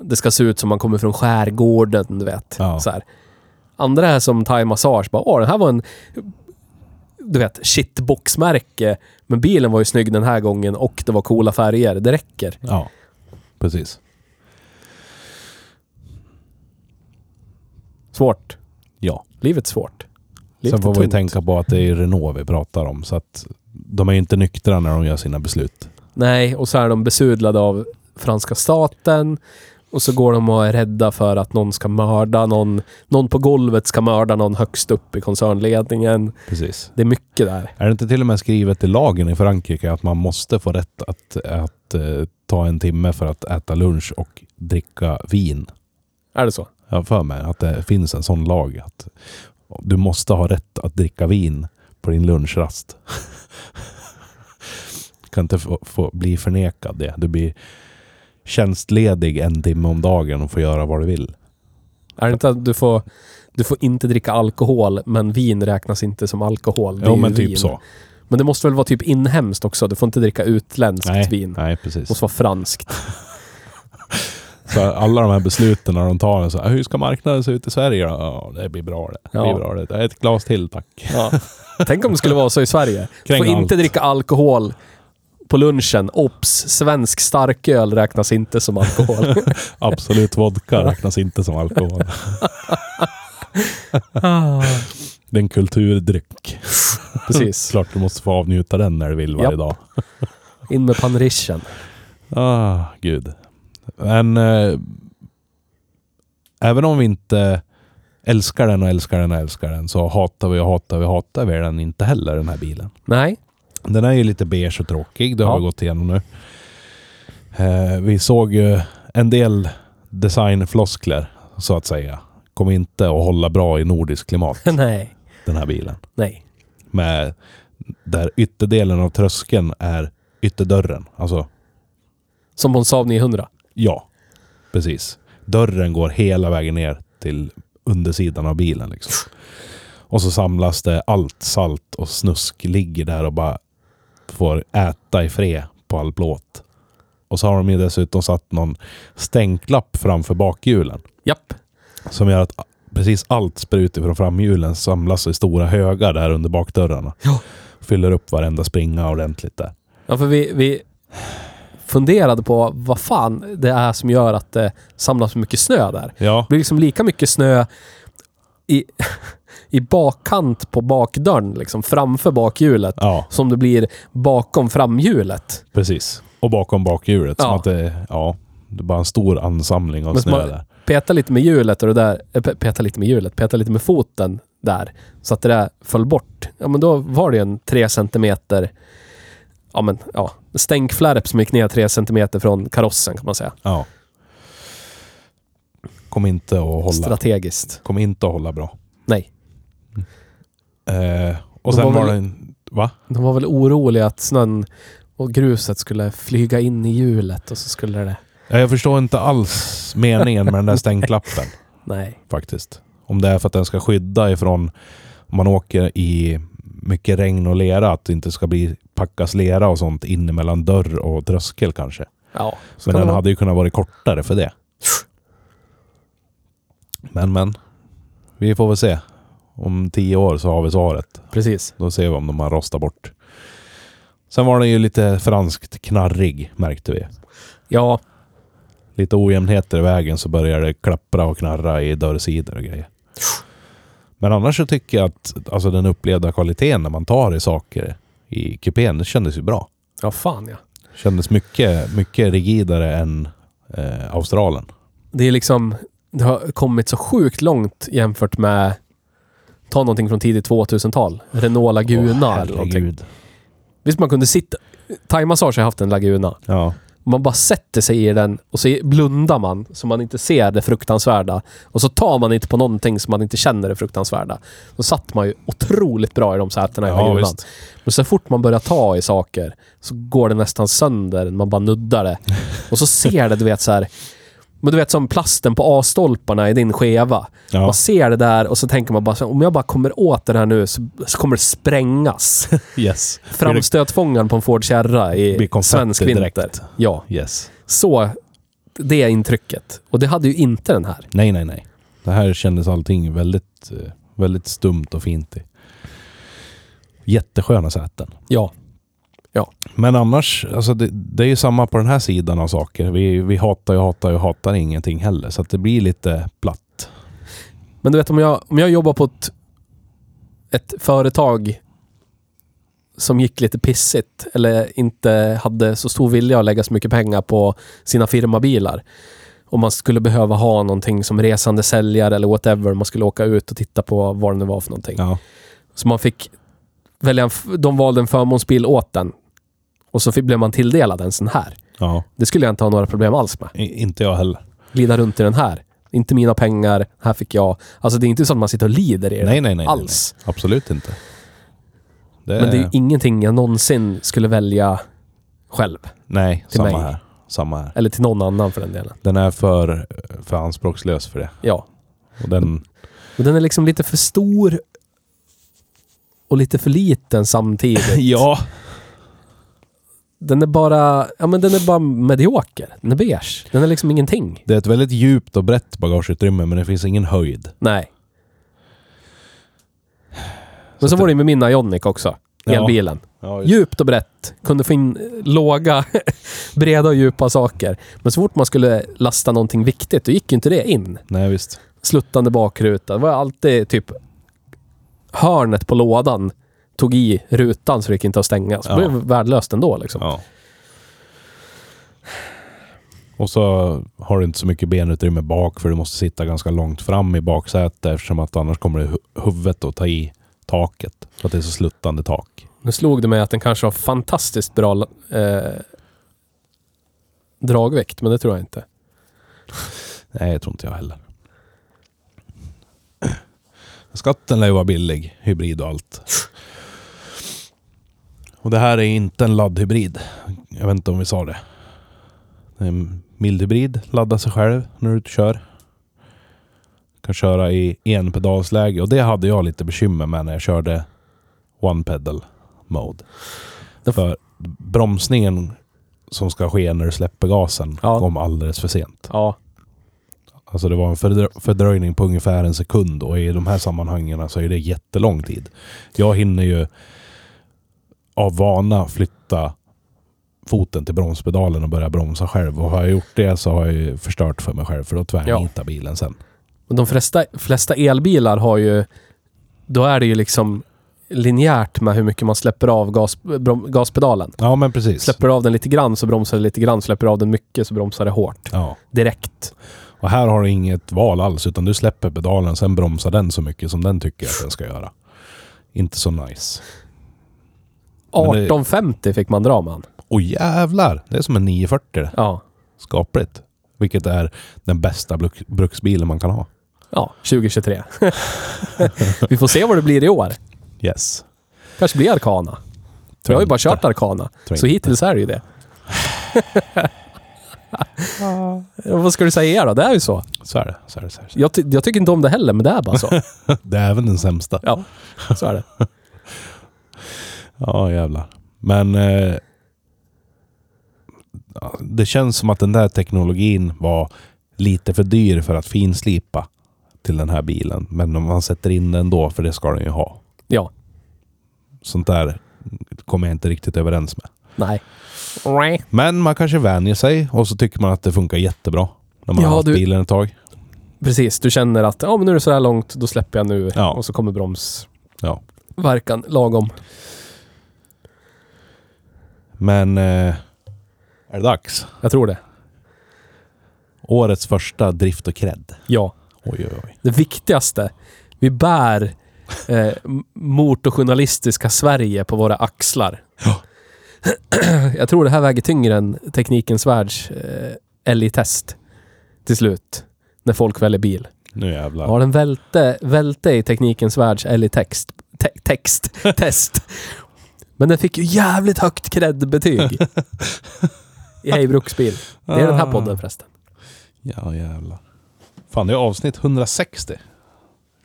A: det ska se ut som man kommer från skärgården, du vet.
B: Ja.
A: Så här. Andra är som Thai Massage, bara åh, den här var en, du vet, shitboxmärke. Men bilen var ju snygg den här gången och det var coola färger. Det räcker.
B: Ja, precis.
A: Svårt.
B: Ja.
A: Livet är svårt. Livet
B: Sen får
A: är
B: man ju
A: tungt.
B: tänka på att det är Renault vi pratar om. Så att de är ju inte nyktra när de gör sina beslut.
A: Nej, och så är de besudlade av franska staten. Och så går de och är rädda för att någon ska mörda någon. Någon på golvet ska mörda någon högst upp i koncernledningen.
B: Precis.
A: Det är mycket där.
B: Är det inte till och med skrivet i lagen i Frankrike att man måste få rätt att, att eh, ta en timme för att äta lunch och dricka vin?
A: Är det så?
B: Jag har för mig att det finns en sån lag. att Du måste ha rätt att dricka vin på din lunchrast. kan inte få, få bli förnekad det. Du blir tjänstledig en timme om dagen och får göra vad du vill.
A: Är det inte att du får, du får inte dricka alkohol, men vin räknas inte som alkohol? Det
B: Ja,
A: är ju
B: men typ
A: vin.
B: så.
A: Men det måste väl vara typ inhemskt också? Du får inte dricka utländskt
B: Nej,
A: vin. Det
B: nej, precis.
A: måste vara franskt.
B: Så alla de här besluten när de tar en så här, hur ska marknaden se ut i Sverige då? Ja, det blir bra det. det,
A: Ja.
B: blir bra det. det är ett glas till tack.
A: Ja. Tänk om det skulle vara så i Sverige. Du
B: Kräng
A: får inte
B: allt.
A: dricka alkohol på lunchen. Ops! Svensk starköl räknas inte som alkohol.
B: Absolut vodka räknas inte som alkohol. Det är en kulturdryck.
A: Precis.
B: Klart du måste få avnjuta den när du vill varje
A: Japp.
B: dag.
A: In med panrischen.
B: Ah, gud. Men eh, även om vi inte älskar den och älskar den och älskar den så hatar vi och hatar vi och hatar vi den inte heller, den här bilen.
A: Nej.
B: Den är ju lite beige och tråkig, det har
A: Ja.
B: vi gått igenom nu. Eh, vi såg ju en del designfloskler, så att säga. Kommer inte att hålla bra i nordiskt klimat,
A: Nej.
B: den här bilen.
A: Nej.
B: Med där ytterdelen av tröskeln är ytterdörren. Alltså,
A: Som på en Saab 900.
B: ja. Precis. Dörren går hela vägen ner till undersidan av bilen. Liksom. Och så samlas det allt salt och snusk ligger där och bara får äta i fred på all plåt. Och så har de ju dessutom satt någon stänklapp framför bakhjulen.
A: Japp.
B: Som gör att precis allt sprut från framhjulen samlas i stora högar där under bakdörrarna.
A: Ja.
B: Fyller upp varenda springa ordentligt där.
A: Ja, för vi, vi funderade på vad fan det är som gör att det samlas så mycket snö där.
B: Ja,
A: Det blir liksom lika mycket snö i, i bakkant på bakdörren, liksom framför bakhjulet,
B: ja
A: som det blir bakom framhjulet.
B: precis. Och bakom bakhjulet. Som
A: Ja.
B: att det, ja, det är bara en stor ansamling av
A: Men som
B: snö
A: har-
B: där.
A: Peta lite med hjulet och det där, eh, pe- peta lite med hjulet, peta lite med foten där, så att det där föll bort. Ja, men då var det ju en tre centimeter, ja men ja, stänkflärp som gick ner tre centimeter från karossen kan man säga.
B: Ja. Kom inte att hålla,
A: Strategiskt.
B: kom inte att hålla bra.
A: Nej.
B: Eh, och
A: De
B: sen
A: var
B: var det
A: väl-
B: en... Va?
A: De var väl oroliga att snön och gruset skulle flyga in i hjulet och så skulle det...
B: Ja, Jag förstår inte alls meningen med den där stängklappen.
A: Nej.
B: faktiskt. Om det är för att den ska skydda ifrån om man åker i mycket regn och lera, att det inte ska bli packas lera och sånt in mellan dörr och tröskel kanske.
A: Ja. kan
B: Men den
A: det vara.
B: hade ju kunnat vara kortare för det. Men men, vi får väl se. Om tio år så har vi svaret.
A: Precis.
B: Då ser vi om de har rostat bort. Sen var den ju lite franskt knarrig märkte vi.
A: Ja.
B: Lite ojämnheter i vägen så börjar det klappra och knarra i dörrsidor och grejer. Men annars så tycker jag att alltså, den upplevda kvaliteten när man tar i saker i kupén, det kändes ju bra.
A: Ja, fan ja.
B: Kändes mycket, mycket rigidare än eh, Australen.
A: Det är liksom... Det har kommit så sjukt långt jämfört med... Ta någonting från tidigt 2000-tal. Renault Laguna eller någonting.
B: herregud.
A: Visst, man kunde sitta... Thaimassage har haft en Laguna.
B: Ja,
A: Man bara sätter sig i den och så blundar man så man inte ser det fruktansvärda. Och så tar man inte på någonting så man inte känner det fruktansvärda. Då satt man ju otroligt bra i de sätena i
B: Ja,
A: ja,
B: visst.
A: Men så fort man börjar ta i saker så går det nästan sönder. Man bara nuddar det. Och så ser det, du vet så här. Men du vet som plasten på A-stolparna i din skeva.
B: ja.
A: Man ser det där och så tänker man bara så här, om jag bara kommer åt det här nu så, så kommer det sprängas.
B: Yes.
A: Framstötfångaren på en Ford Kärra
B: Blir
A: i
B: konfetti
A: svensk vinter.
B: direkt.
A: Ja.
B: Yes.
A: Så, det är intrycket. Och det hade ju inte den här.
B: Nej, nej, nej. Det här kändes allting väldigt, eh, väldigt stumt och fint i. Jättesköna säten.
A: Ja.
B: Men annars, alltså det, det är ju samma på den här sidan av saker. Vi, vi hatar ju, hatar ju, hatar ingenting heller. Så att det blir lite platt.
A: Men du vet om jag, om jag jobbar på ett, ett företag som gick lite pissigt eller inte hade så stor vilja att lägga så mycket pengar på sina firmabilar. Om man skulle behöva ha någonting som resande säljare eller whatever. Man skulle åka ut och titta på vad det nu var för någonting.
B: Ja.
A: Så man fick välja en, f- de valde en förmånsbil åt den. Och så fick, blev man tilldelad en sån här.
B: ja.
A: Det skulle jag inte ha några problem alls med.
B: I, inte jag heller.
A: glida runt i den här. Inte mina pengar, här fick jag. Alltså det är inte så att man sitter och lider i det.
B: Nej, nej, nej.
A: Alls.
B: Nej, nej. Absolut inte. Det,
A: Men det är ju ingenting jag någonsin skulle välja själv.
B: Nej,
A: till
B: samma
A: mig.
B: här. Samma här.
A: Eller till någon annan för den delen.
B: Den är för, för anspråkslös för det.
A: Ja.
B: Och den,
A: Men den är liksom lite för stor och lite för liten samtidigt.
B: ja.
A: Den är bara, ja men den är bara medioker. Den är beige. Den är liksom ingenting.
B: Det är ett väldigt djupt och brett bagageutrymme men det finns ingen höjd.
A: Nej. Men så, var
B: att det-
A: det ju med min Ioniq också.
B: Ja.
A: Elbilen.
B: Ja,
A: Djupt och brett. Kunde få in eh, låga, breda och djupa saker. Men så fort man skulle lasta någonting viktigt, då gick ju inte det in.
B: Nej, visst.
A: Sluttande bakruta. Det var alltid typ hörnet på lådan tog i rutan så det gick inte att stänga. Så
B: Ja.
A: det blev värdelöst ändå liksom.
B: Ja. Och så har du inte så mycket benutrymme bak för du måste sitta ganska långt fram i baksätet eftersom att annars kommer hu- huvudet att ta i taket. För att det är så sluttande tak.
A: Nu slog det mig att den kanske har fantastiskt bra eh, dragvikt, men det tror jag inte.
B: Nej, jag tror inte jag heller. Skatten lär ju vara billig. Hybrid och allt. Och det här är inte en laddhybrid. Jag vet inte om vi sa det. Det är en mild hybrid. Laddar sig själv när du kör. Kan köra i enpedalsläge och det hade jag lite bekymmer med när jag körde one pedal mode.
A: Det-
B: För bromsningen som ska ske när du släpper gasen
A: Ja.
B: kom alldeles för sent.
A: Ja.
B: Alltså det var en fördrö- fördröjning på ungefär en sekund och i de här sammanhangen så är det jättelång tid. Jag hinner ju av vana flytta foten till bromspedalen och börja bromsa själv. Och har jag gjort det så har jag ju förstört för mig själv för då tvärnitar bilen sen.
A: Men de flesta, flesta elbilar har ju... Då är det ju liksom linjärt med hur mycket man släpper av gas, brom, gaspedalen.
B: Ja, men precis.
A: Släpper du av den lite grann så bromsar det lite grann. Släpper du av den mycket så bromsar det hårt.
B: Ja.
A: Direkt.
B: Och här har du inget val alls utan du släpper pedalen sen bromsar den så mycket som den tycker att den ska göra. Inte så nice. Men det-
A: 1850 fick man dra man.
B: Åh jävlar! Det är som en 940 det.
A: Ja.
B: Skapligt. Vilket är den bästa bruk- bruksbilen man kan ha.
A: Ja, 2023. Vi får se vad det blir i år.
B: Yes.
A: Kanske blir Arkana. Jag har ju bara kört Arkana.
B: Tror
A: Så
B: inte.
A: hittills är det ju det. Ja, Vad ska du säga då? Det är ju så.
B: Så är det. Så är det, så är det, så är
A: Jag, ty- jag tycker inte om det heller, men det är bara så.
B: det. det är även den sämsta.
A: Ja, så är det.
B: Ja, jävlar. Men eh, ja, det känns som att den där teknologin var lite för dyr för att finslipa till den här bilen. Men om man sätter in den då, för det ska den ju ha.
A: Ja.
B: Sånt där kommer jag inte riktigt överens med.
A: Nej.
B: Men man kanske vänjer sig och så tycker man att det funkar jättebra. När man
A: Ja,
B: har haft
A: du-
B: bilen ett tag.
A: Precis, du känner att ja, men nu är det så här långt, då släpper jag nu.
B: Ja.
A: Och så kommer bromsverkan
B: Ja.
A: lagom.
B: Men eh, är det dags?
A: Jag tror det.
B: Årets första drift och cred.
A: Ja.
B: Oj, oj, oj.
A: Det viktigaste. Vi bär eh, m- motorjournalistiska Sverige på våra axlar. Jag tror det här väger tyngre än Teknikens Världs eh, LI-test. Till slut. När folk väljer bil.
B: Nu jävlar.
A: Ja, den välte, välte i Teknikens Världs LI-text. Te- text. Test. Men den fick ju jävligt högt cred-betyg. I Hej Bruksbil. Det är den här
B: Ah.
A: podden förresten.
B: Ja, jävlar. Fan, det är avsnitt 160.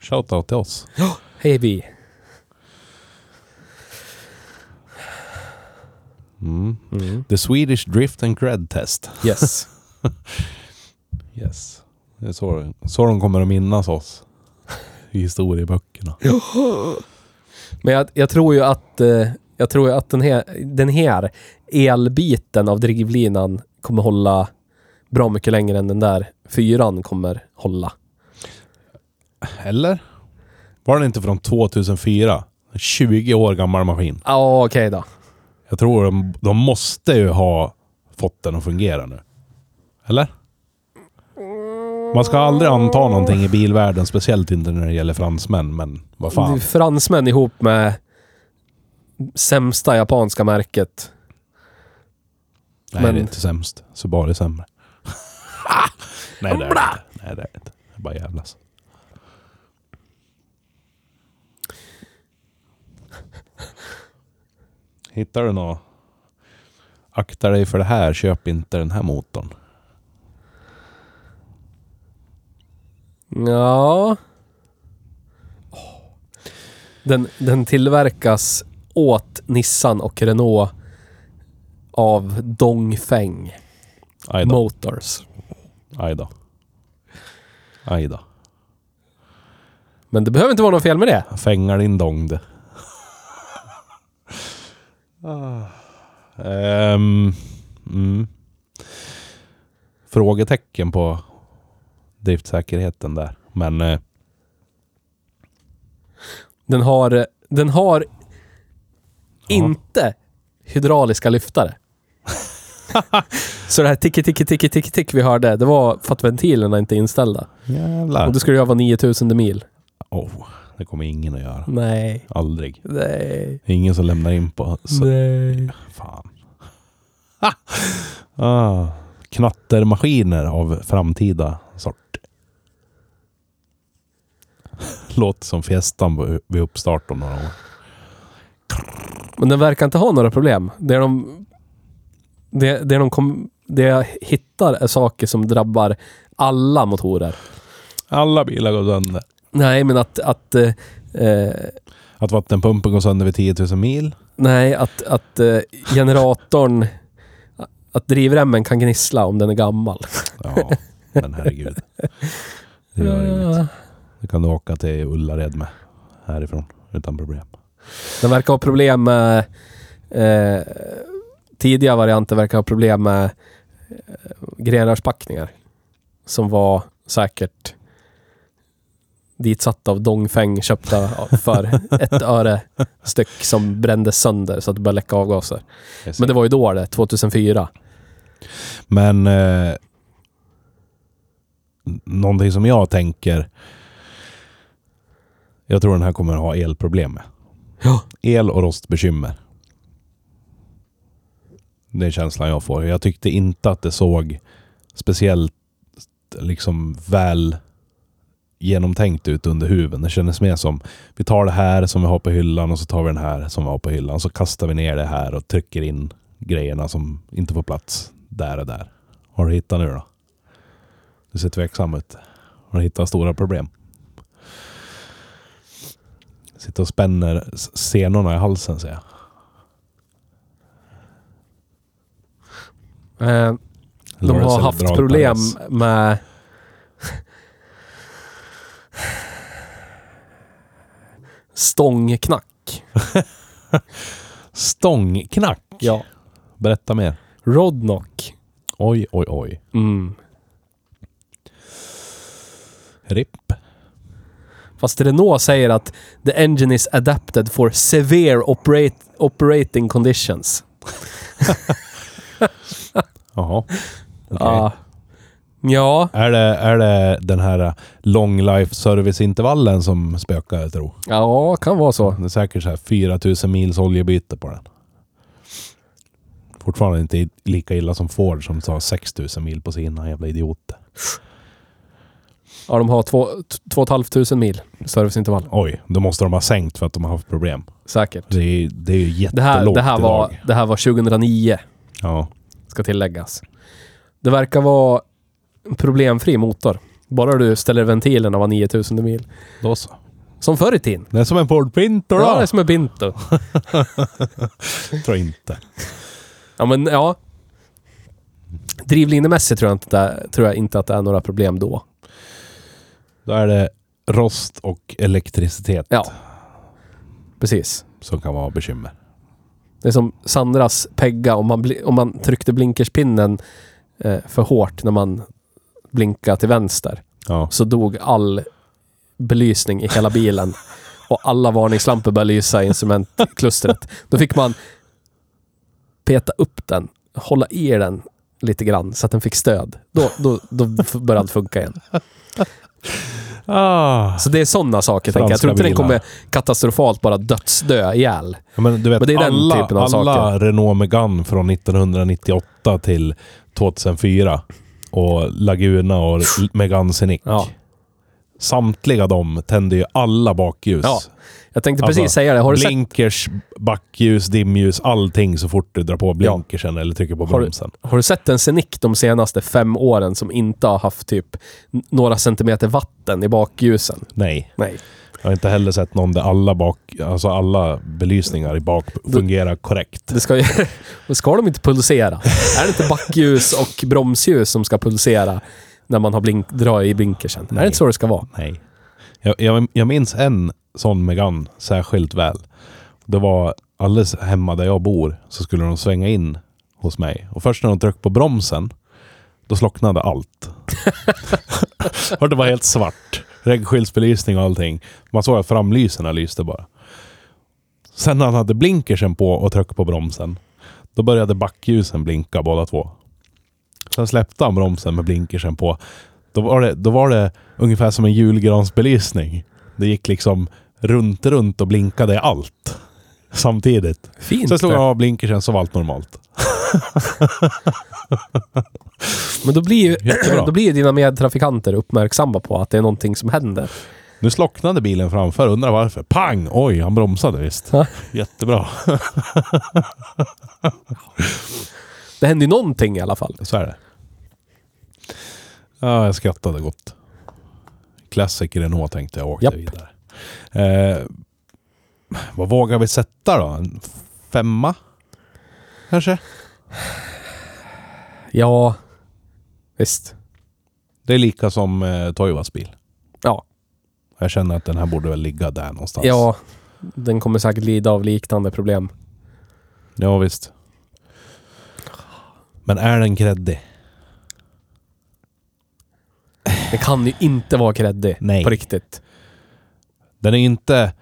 B: Shoutout till oss.
A: Hej vi.
B: Mm. The Swedish Drift and Cred Test.
A: Yes.
B: Yes. Det är så, så de kommer att minnas oss. I historieböckerna.
A: Men jag, jag tror ju att, eh, jag tror ju att den, här, den här elbiten av drivlinan kommer hålla bra mycket längre än den där fyran kommer hålla.
B: Eller? Var den inte från 2004? En 20 år gammal maskin.
A: Ja, ah, okej då.
B: Jag tror de, de måste ju ha fått den att fungera nu. Eller? Man ska aldrig anta någonting i bilvärlden, speciellt inte när det gäller fransmän, men vad
A: Det är
B: fan.
A: Fransmän ihop med sämsta japanska märket.
B: Nej,
A: Men-
B: det är inte sämst. Så bara det är sämre. Nej, det är det inte. Nej, det är det inte. Det är bara jävlas. Hittar du något? Akta dig för det här. Köp inte den här motorn.
A: Ja. Den, den tillverkas åt Nissan och Renault av Dongfeng
B: Aj då.
A: Motors.
B: Aj då. Aj då.
A: Men det behöver inte vara något fel med det.
B: Fängar din dongd. um, mm. Frågetecken på driftsäkerheten där. Men eh,
A: Den har, den har inte hydrauliska lyftare. Så det här ticki, ticki, ticki, ticki, tick vi hörde, det var för att ventilerna inte är inställda.
B: Jävlar.
A: Och det skulle jag vara 9000 mil.
B: Oh, det kommer ingen att göra.
A: Nej.
B: Aldrig.
A: Nej.
B: Det är ingen som lämnar in på... Så,
A: Nej.
B: fan. Ha! Ah, knattermaskiner av framtida sort. Låter som festan på- vid uppstart om några år.
A: Men den verkar inte ha några problem. Det de, det, det, de kom, det jag hittar är saker som drabbar alla motorer.
B: Alla bilar går sönder.
A: Nej, men att... att eh, eh,
B: Att vattenpumpen går sönder vid 10 000 mil.
A: nej, att, att eh, generatorn... Att drivremmen kan gnissla om den är gammal.
B: Ja, men herregud. Det gör inget. Det kan du åka till Ullared med härifrån utan problem.
A: Den verkar ha problem med... Eh, tidiga varianter verkar ha problem med eh, grenrörspackningar. Som var säkert ditsatta av Dongfeng köpta för ett öre styck som brändes sönder så att det började läcka avgaser. Men det var ju då det, 2004.
B: Men eh, någonting som jag tänker... Jag tror den här kommer att ha elproblem med.
A: Ja.
B: El och rostbekymmer. Det är känslan jag får. Jag tyckte inte att det såg speciellt liksom väl genomtänkt ut under huven. Det kändes mer som vi tar det här som vi har på hyllan och så tar vi den här som vi har på hyllan. Så kastar vi ner det här och trycker in grejerna som inte får plats där och där. Har du hittat nu då? Du ser tveksam ut. Har du hittat stora problem? Sitter och spänner s- senorna i halsen ser jag.
A: Eh, de
B: Lawrence
A: har
B: eller
A: haft
B: Drag
A: problem
B: Perez.
A: med... Stångknack.
B: Stångknack.
A: Ja.
B: Berätta mer.
A: Rodnock.
B: Oj, oj, oj.
A: Mm.
B: RIP.
A: Fast Renault säger att the engine is adapted for severe operate, operating conditions.
B: Jaha. Okej.
A: Ah. ja,
B: Är, det, är det den här eh, long life service-intervallen som spökar, jag tror?
A: ja, kan vara så.
B: Det är säkert så här 4000 mils oljebyte på den. Fortfarande inte i- lika illa som Ford som sa 6000 mil på sina jävla idioter.
A: Ja, de har två, t- två och ett halvt tusen mil serviceintervall.
B: Oj, då måste de ha sänkt för att de har haft problem.
A: Säkert.
B: Det är, det är ju jättelågt
A: Det här, det, här var,
B: idag.
A: det här var 2009.
B: Ja.
A: ska tilläggas. Det verkar vara en problemfri motor. Bara du ställer ventilerna var 9000 mil.
B: Då så.
A: Som förr i tiden.
B: Det är som en Ford Pinto
A: Ja, det
B: då.
A: är som en Binto.
B: Jag tror inte.
A: Ja, men ja. Drivlinemässigt tror jag, inte, det- tror jag inte att det är några problem då.
B: Då är det rost och elektricitet
A: Ja. Precis.
B: som kan vara bekymmer.
A: Det är som Sandras Pegga om man, bli- om man tryckte blinkerspinnen eh, för hårt när man blinkade till vänster.
B: Ja.
A: Så dog all belysning i hela bilen. Och alla varningslampor började lysa i instrumentklustret. Då fick man peta upp den, hålla i den lite grann så att den fick stöd. Då, då, då f- började allt funka igen.
B: Ah.
A: Så Alltså, det är sådana saker. Tänker jag. jag tror inte den
B: Franska
A: kommer katastrofalt bara dödsdö ihjäl.
B: Ja, men du vet,
A: Men det är den
B: alla,
A: typen av
B: alla
A: saker.
B: Renault Megane från 1998 till 2004 och Laguna och L- Megane Scenic.
A: Ja.
B: Samtliga de tände ju alla bakljus.
A: Ja. Jag tänkte
B: Alltså,
A: precis säga det. Har du sett,
B: blinkers, backljus, dimljus, allting så fort du drar på blinkersen eller trycker på
A: Har du-
B: bromsen.
A: har du sett en Scenic de senaste fem åren som inte har haft typ n- några centimeter vatten i bakljusen?
B: Nej,
A: Nej.
B: jag har inte heller sett någon där alla, bak, alltså alla belysningar i bak fungerar korrekt.
A: Det ska, ju, då ska de inte pulsera? Är det inte backljus och bromsljus som ska pulsera när man har blink, drar i blinkersen? Är det inte så det ska vara?
B: Nej. Jag, jag, jag minns en sån Megane särskilt väl. Det var alldeles hemma där jag bor så skulle de svänga in hos mig. Och först när de tryckte på bromsen, då slocknade allt. och det var helt svart. Regnskyddsbelysning och allting. Man såg att framlyserna lyste bara. Sen när han hade blinkersen på och tryckte på bromsen, då började backljusen blinka båda två. Sen släppte han bromsen med blinkersen på. Då var det, då var det ungefär som en julgransbelysning. Det gick liksom runt, runt och blinkade i allt. Samtidigt.
A: Fint.
B: Sen slog
A: det.
B: han av blinkersen så var allt normalt.
A: Men då blir, ju,
B: Jättebra.
A: då blir ju dina medtrafikanter uppmärksamma på att det är någonting som händer.
B: Nu slocknade bilen framför, undrar varför. Pang! Oj, han bromsade visst.
A: Ja.
B: Jättebra.
A: Det händer ju någonting i alla fall.
B: Så är det. Ja, jag skrattade gott. Classic Renault tänkte jag och åkte
A: Japp.
B: vidare. Eh, vad vågar vi sätta då? En femma? Kanske?
A: Ja, visst.
B: Det är lika som eh, Toivas bil.
A: Ja.
B: Jag känner att den här borde väl ligga där någonstans.
A: Ja, den kommer säkert lida av liknande problem.
B: ja visst. Men är den kreddig?
A: Den kan ju inte vara kreddig.
B: Nej.
A: På riktigt.
B: Den är inte...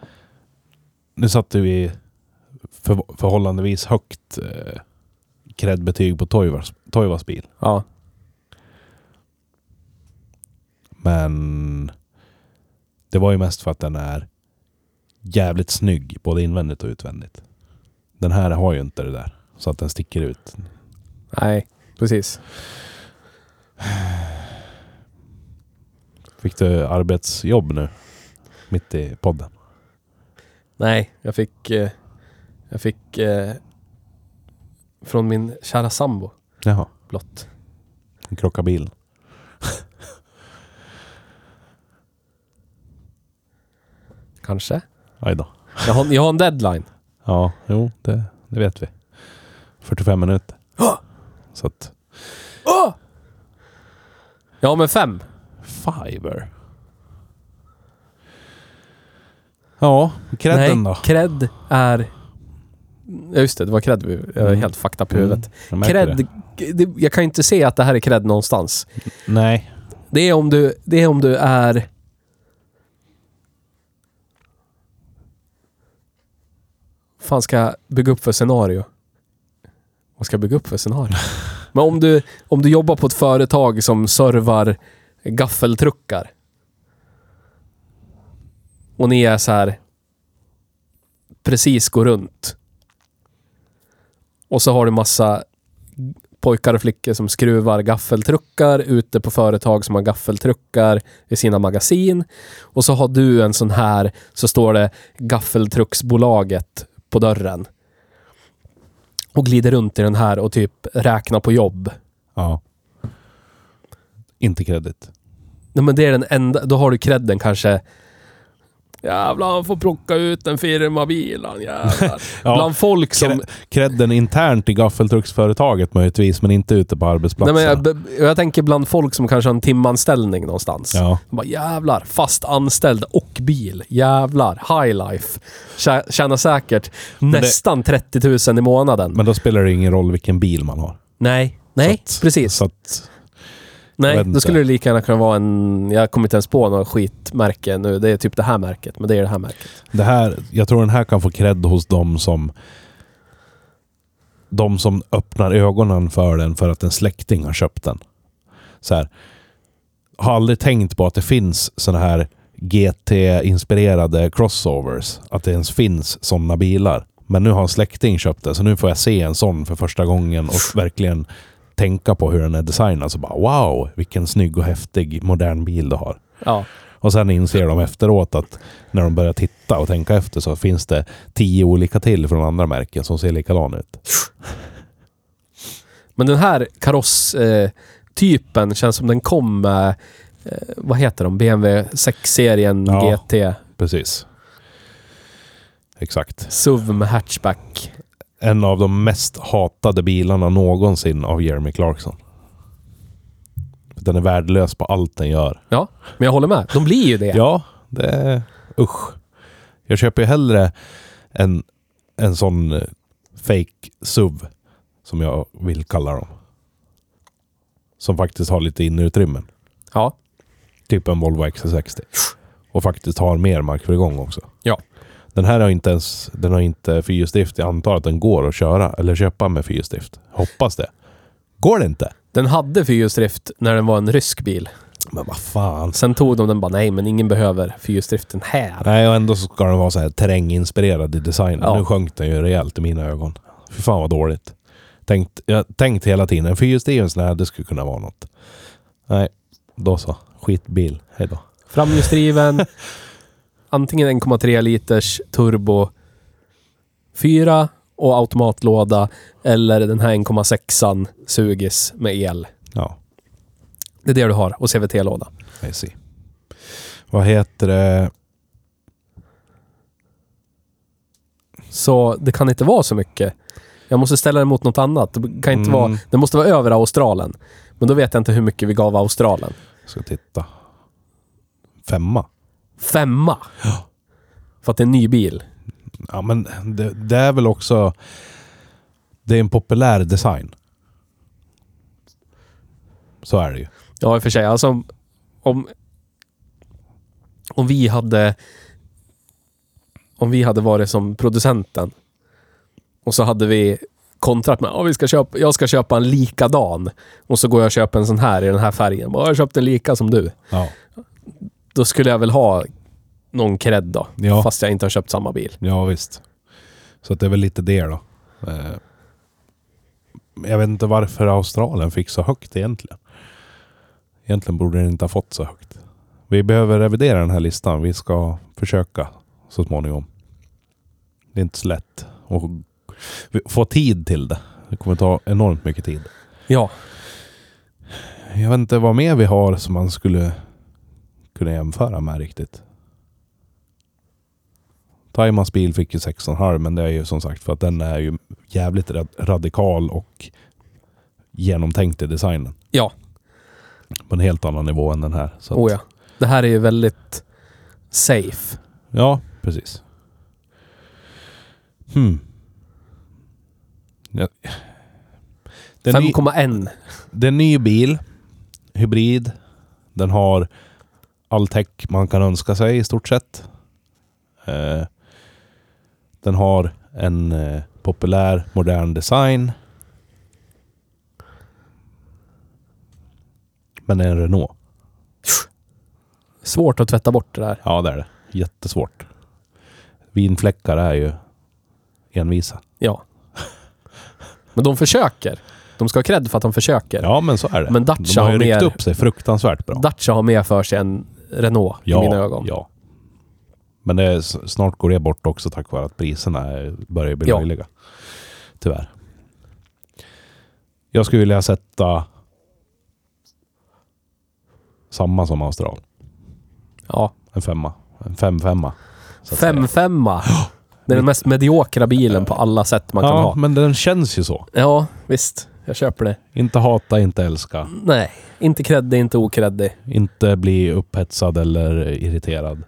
B: Nu satte vi för, förhållandevis högt eh, kredbetyg på Toivas, Toivas bil.
A: Ja.
B: Men det var ju mest för att den är jävligt snygg, både invändigt och utvändigt. Den här har ju inte det där, så att den sticker ut.
A: Nej, precis.
B: Fick du arbetsjobb nu? Mitt i podden.
A: Nej, jag fick... eh, Jag fick... eh, Från min kära sambo.
B: Jaha.
A: Blott.
B: Den krockade bilen.
A: Kanske.
B: Aj då.
A: Jag har, jag har en deadline.
B: Ja, jo, det, det vet vi. 45 minuter. Så att...
A: Ja, men fem.
B: Fiverr. Ja, credden
A: Nej,
B: då?
A: cred är... Ja, just det. Det var cred. vi- Jag är
B: Mm.
A: helt fucked up i huvudet.
B: Jag märker det.
A: Cred... det- Jag kan ju inte se att det här är cred någonstans.
B: Nej.
A: Det är om du, det är, om du är... fan ska jag bygga upp för scenario? Vad ska jag bygga upp för scenario? Men om du, om du jobbar på ett företag som servar gaffeltruckar. Och ni är så här precis går runt. Och så har du massa pojkar och flickor som skruvar gaffeltruckar ute på företag som har gaffeltruckar i sina magasin. Och så har du en sån här, så står det gaffeltrucksbolaget på dörren. Och glider runt i den här och typ räknar på jobb.
B: Ja. Inte kredit.
A: Nej men det är den enda, då har du credden kanske. Jävlar, han får plocka ut en firmabil han jävlar.
B: Ja.
A: Bland folk som...
B: Cre- Credden internt i gaffeltrucksföretaget möjligtvis, men inte ute på
A: Nej,
B: arbetsplatsen.
A: men jag, jag tänker bland folk som kanske har en timanställning någonstans.
B: Ja,
A: De Bara, jävlar, fast anställd och bil. Jävlar, high life. Tjä- Tjänar säkert
B: det-
A: nästan 30 000 i månaden.
B: men då spelar det ingen roll vilken bil man har.
A: nej, nej,
B: Så att-
A: precis.
B: Så att,
A: nej,
B: vet
A: då
B: inte.
A: skulle det lika gärna kunna vara en... Jag kommer inte ens på något skitmärke nu. Det är typ det här märket, men det är det här märket.
B: det här, jag tror den här kan få cred hos de som de som öppnar ögonen för den för att en släkting har köpt den. Så här, har aldrig tänkt på att det finns sådana här GT-inspirerade crossovers. Att det ens finns sådana bilar. Men nu har en släkting köpt den, så nu får jag se en sån för första gången och verkligen tänka på hur den är designad. Så bara wow, vilken snygg och häftig modern bil du har.
A: Ja,
B: Och sen inser de efteråt att när de börjar titta och tänka efter så finns det tio olika till från andra märken som ser likadan ut.
A: men den här karosstypen känns som den kom med... eh, Vad heter de? BMW 6-serien
B: Ja.
A: GT.
B: Precis. Exakt.
A: SUV med hatchback.
B: En av de mest hatade bilarna någonsin av Jeremy Clarkson. För Den är värdelös på allt den gör.
A: Ja, men jag håller med. De blir ju det.
B: Ja, det är... Usch. Jag köper ju hellre en, en sån eh, fake SUV som jag vill kalla dem. Som faktiskt har lite innerutrymmen.
A: ja.
B: Typ en Volvo XC60. Och faktiskt har mer markförgång också.
A: Ja.
B: Den här har inte ens den har inte fyrhjulsdrift. Jag antar att den går att köra eller köpa med fyrhjulsdrift. Hoppas det. Går det inte?
A: Den hade fyrhjulsdrift när den var en rysk bil.
B: Men vad fan.
A: Sen tog de den bara, nej men ingen behöver fyrhjulsdriften här.
B: Nej, och ändå så ska den vara så här terränginspirerad i designen.
A: Ja.
B: Nu sjönk den ju rejält i mina ögon. Fy fan vad dåligt. Tänkt, jag har tänkt hela tiden, en fyrhjulsdriven sån här, det skulle kunna vara något. Nej, då så. Skitbil. Hej då.
A: Framhjulsdriven. antingen 1,3 liters turbo 4 och automatlåda. Eller den här 1,6an sugis med el.
B: Ja,
A: Det är det du har. Och CVT-låda.
B: I see. Vad heter det?
A: Så det kan inte vara så mycket. Jag måste ställa det mot något annat. Det, kan inte
B: Mm.
A: vara, det måste vara över Australien. Men då vet jag inte hur mycket vi gav Australien.
B: Ska titta. Femma.
A: Femma! För att det är en ny bil.
B: Ja, men det, det är väl också... Det är en populär design. Så är det ju.
A: Ja, i och för sig. Alltså, om- om, om vi hade... Om vi hade varit som producenten och så hade vi kontrat med "Ja, vi ska köpa, jag ska köpa en likadan och så går jag och köper en sån här i den här färgen. Bara, jag köpte en lika som du.
B: Ja.
A: då skulle jag väl ha någon cred då.
B: Ja.
A: Fast jag inte har köpt samma bil.
B: Ja, visst. Så att det är väl lite det då. Eh, Jag vet inte varför Australien fick så högt egentligen. Egentligen borde den inte ha fått så högt. Vi behöver revidera den här listan. Vi ska försöka så småningom. Det är inte så lätt att få tid till det. Det kommer ta enormt mycket tid.
A: Ja.
B: Jag vet inte vad mer vi har som man skulle kunna jämföra med riktigt. Taimans bil fick ju 16,5 men det är ju som sagt för att den är ju jävligt rad- radikal och genomtänkt i designen.
A: Ja.
B: På en helt annan nivå än den här. Så att-
A: Oh, ja. Det här är ju väldigt safe.
B: Ja, precis. Hmm. Ja. Den är-
A: 5,1.
B: Det är en ny bil. Hybrid. Den har all tech man kan önska sig i stort sett. Eh, Den har en eh, populär, modern design. Men det är en Renault.
A: Svårt att tvätta bort det där.
B: Ja, det är det. Jättesvårt. Vinfläckar är ju envisa.
A: Ja. Men de försöker. De ska ha cred för att de försöker.
B: Ja, men så är det.
A: Men Dacia
B: De har ju
A: har
B: ryckt
A: mer-
B: upp sig fruktansvärt bra.
A: Dacia har mer för sig än Renault i mina ögon.
B: Ja. Men det är, s- snart går det bort också tack vare att priserna är- börjar bli
A: Ja.
B: löjliga. Tyvärr. Jag skulle vilja sätta samma som Austral.
A: Ja.
B: En femma. En fem-femma. så att säga.
A: 5,5. Det är den mest mediokra bilen på alla sätt man kan
B: Ja,
A: ha.
B: men den känns ju så.
A: Ja, visst. Jag köper det.
B: Inte hata, inte älska.
A: Nej. Inte creddig, inte okreddig.
B: Inte bli upphetsad eller irriterad.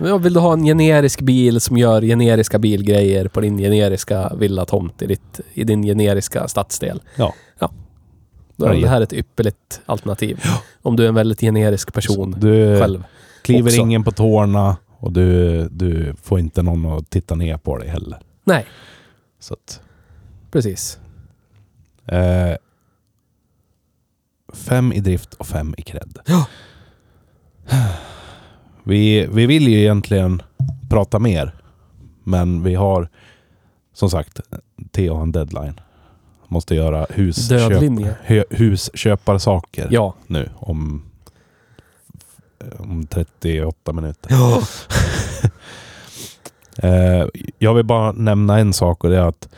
A: Ja, vill du ha en generisk bil som gör generiska bilgrejer på din generiska villatomt i, ditt, i din generiska stadsdel?
B: Ja.
A: Då är
B: Ja,
A: det här ett ypperligt alternativ. Om du är en väldigt generisk person
B: Du
A: själv.
B: kliver
A: också.
B: ingen på tårna och du, du får inte någon att titta ner på dig heller.
A: Nej,
B: Så att...
A: precis.
B: Eh, fem i drift och fem i cred.
A: Ja.
B: Vi, vi vill ju egentligen prata mer, men vi har som sagt, Theo har en deadline. Måste göra husköp,
A: Dödlinje.
B: hö, husköparsaker
A: Ja.
B: nu om, om 38 minuter.
A: Ja.
B: Eh, jag vill bara nämna en sak och det är att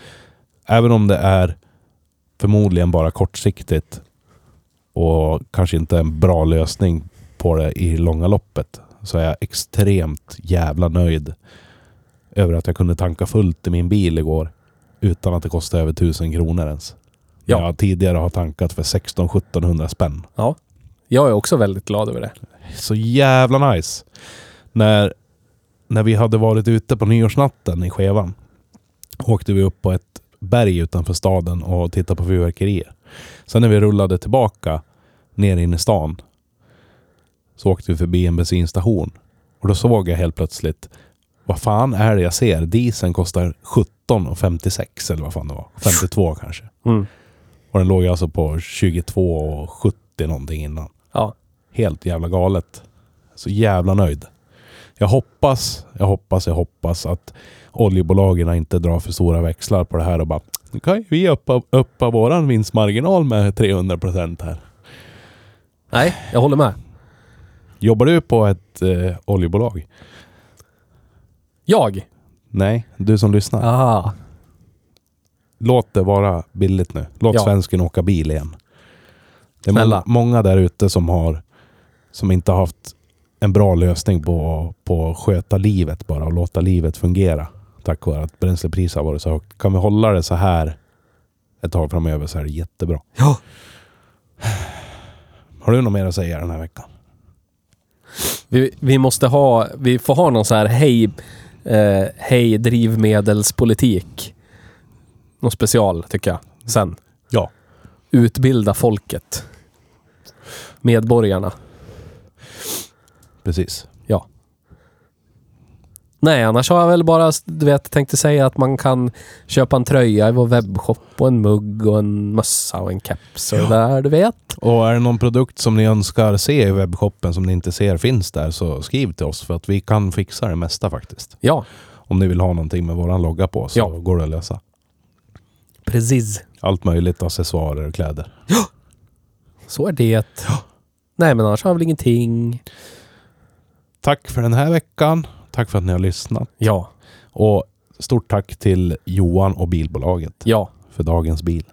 B: även om det är förmodligen bara kortsiktigt och kanske inte en bra lösning på det i långa loppet så är jag extremt jävla nöjd över att jag kunde tanka fullt i min bil igår utan att det kostade över 1000 kronor ens.
A: Ja.
B: Ja. Jag tidigare har tankat för 16-1700 spänn.
A: Jag är också väldigt glad över det.
B: Så jävla nice. När, när vi hade varit ute på nyårsnatten i Skevan åkte vi upp på ett berg utanför staden och tittade på fyrverkerier. Sen när vi rullade tillbaka ner in i stan så åkte vi förbi en bensinstation och då såg jag helt plötsligt vad fan är det jag ser? Dieseln kostar 17,56 eller vad fan det var. 52 kanske.
A: Mm.
B: Och Och den låg alltså på 22,70 någonting innan.
A: Ja.
B: Helt jävla galet. Så jävla nöjd. Jag hoppas, jag hoppas, jag hoppas att oljebolagen inte drar för stora växlar på det här och bara nu kan ju vi uppa, uppa våran vinstmarginal med 300 procent här.
A: Nej, jag håller med.
B: Jobbar du på ett eh, oljebolag?
A: Jag?
B: Nej, du som lyssnar.
A: Aha.
B: Låt det vara billigt nu. Låt
A: Ja.
B: svensken åka bil igen. Det är
A: Snälla.
B: många, många där ute som har som inte har haft en bra lösning på, på att sköta livet bara och låta livet fungera. Tack vare att bränslepriset har varit så högt. Kan vi hålla det så här ett tag framöver så är det jättebra.
A: Ja.
B: Har du något mer att säga den här veckan?
A: Vi, vi måste ha, vi får ha någon så här hej, eh, hej drivmedelspolitik. Någon special tycker jag. Sen.
B: Ja.
A: Utbilda folket. Medborgarna.
B: Precis.
A: Nej, annars har jag väl bara, du vet, tänkte säga att man kan köpa en tröja i vår webbshop och en mugg och en mössa och en keps och det där, du vet.
B: Och är det någon produkt som ni önskar se i webbshoppen som ni inte ser finns där så skriv till oss för att vi kan fixa det mesta faktiskt.
A: Ja,
B: Om ni vill ha någonting med våran logga på så
A: Ja.
B: går det att lösa.
A: precis.
B: Allt möjligt, accessoarer och kläder.
A: Så är det. Nej, men annars har jag väl ingenting.
B: Tack för den här veckan. Tack för att ni har lyssnat.
A: Ja,
B: Och stort tack till Johan och bilbolaget
A: ja.
B: för dagens bil.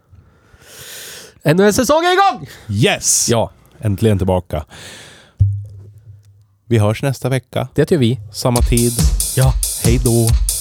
A: Ännu en säsong är igång!
B: Yes!
A: Ja,
B: Äntligen tillbaka. Vi hörs nästa vecka.
A: det gör vi.
B: Samma tid.
A: Ja.
B: Hej då!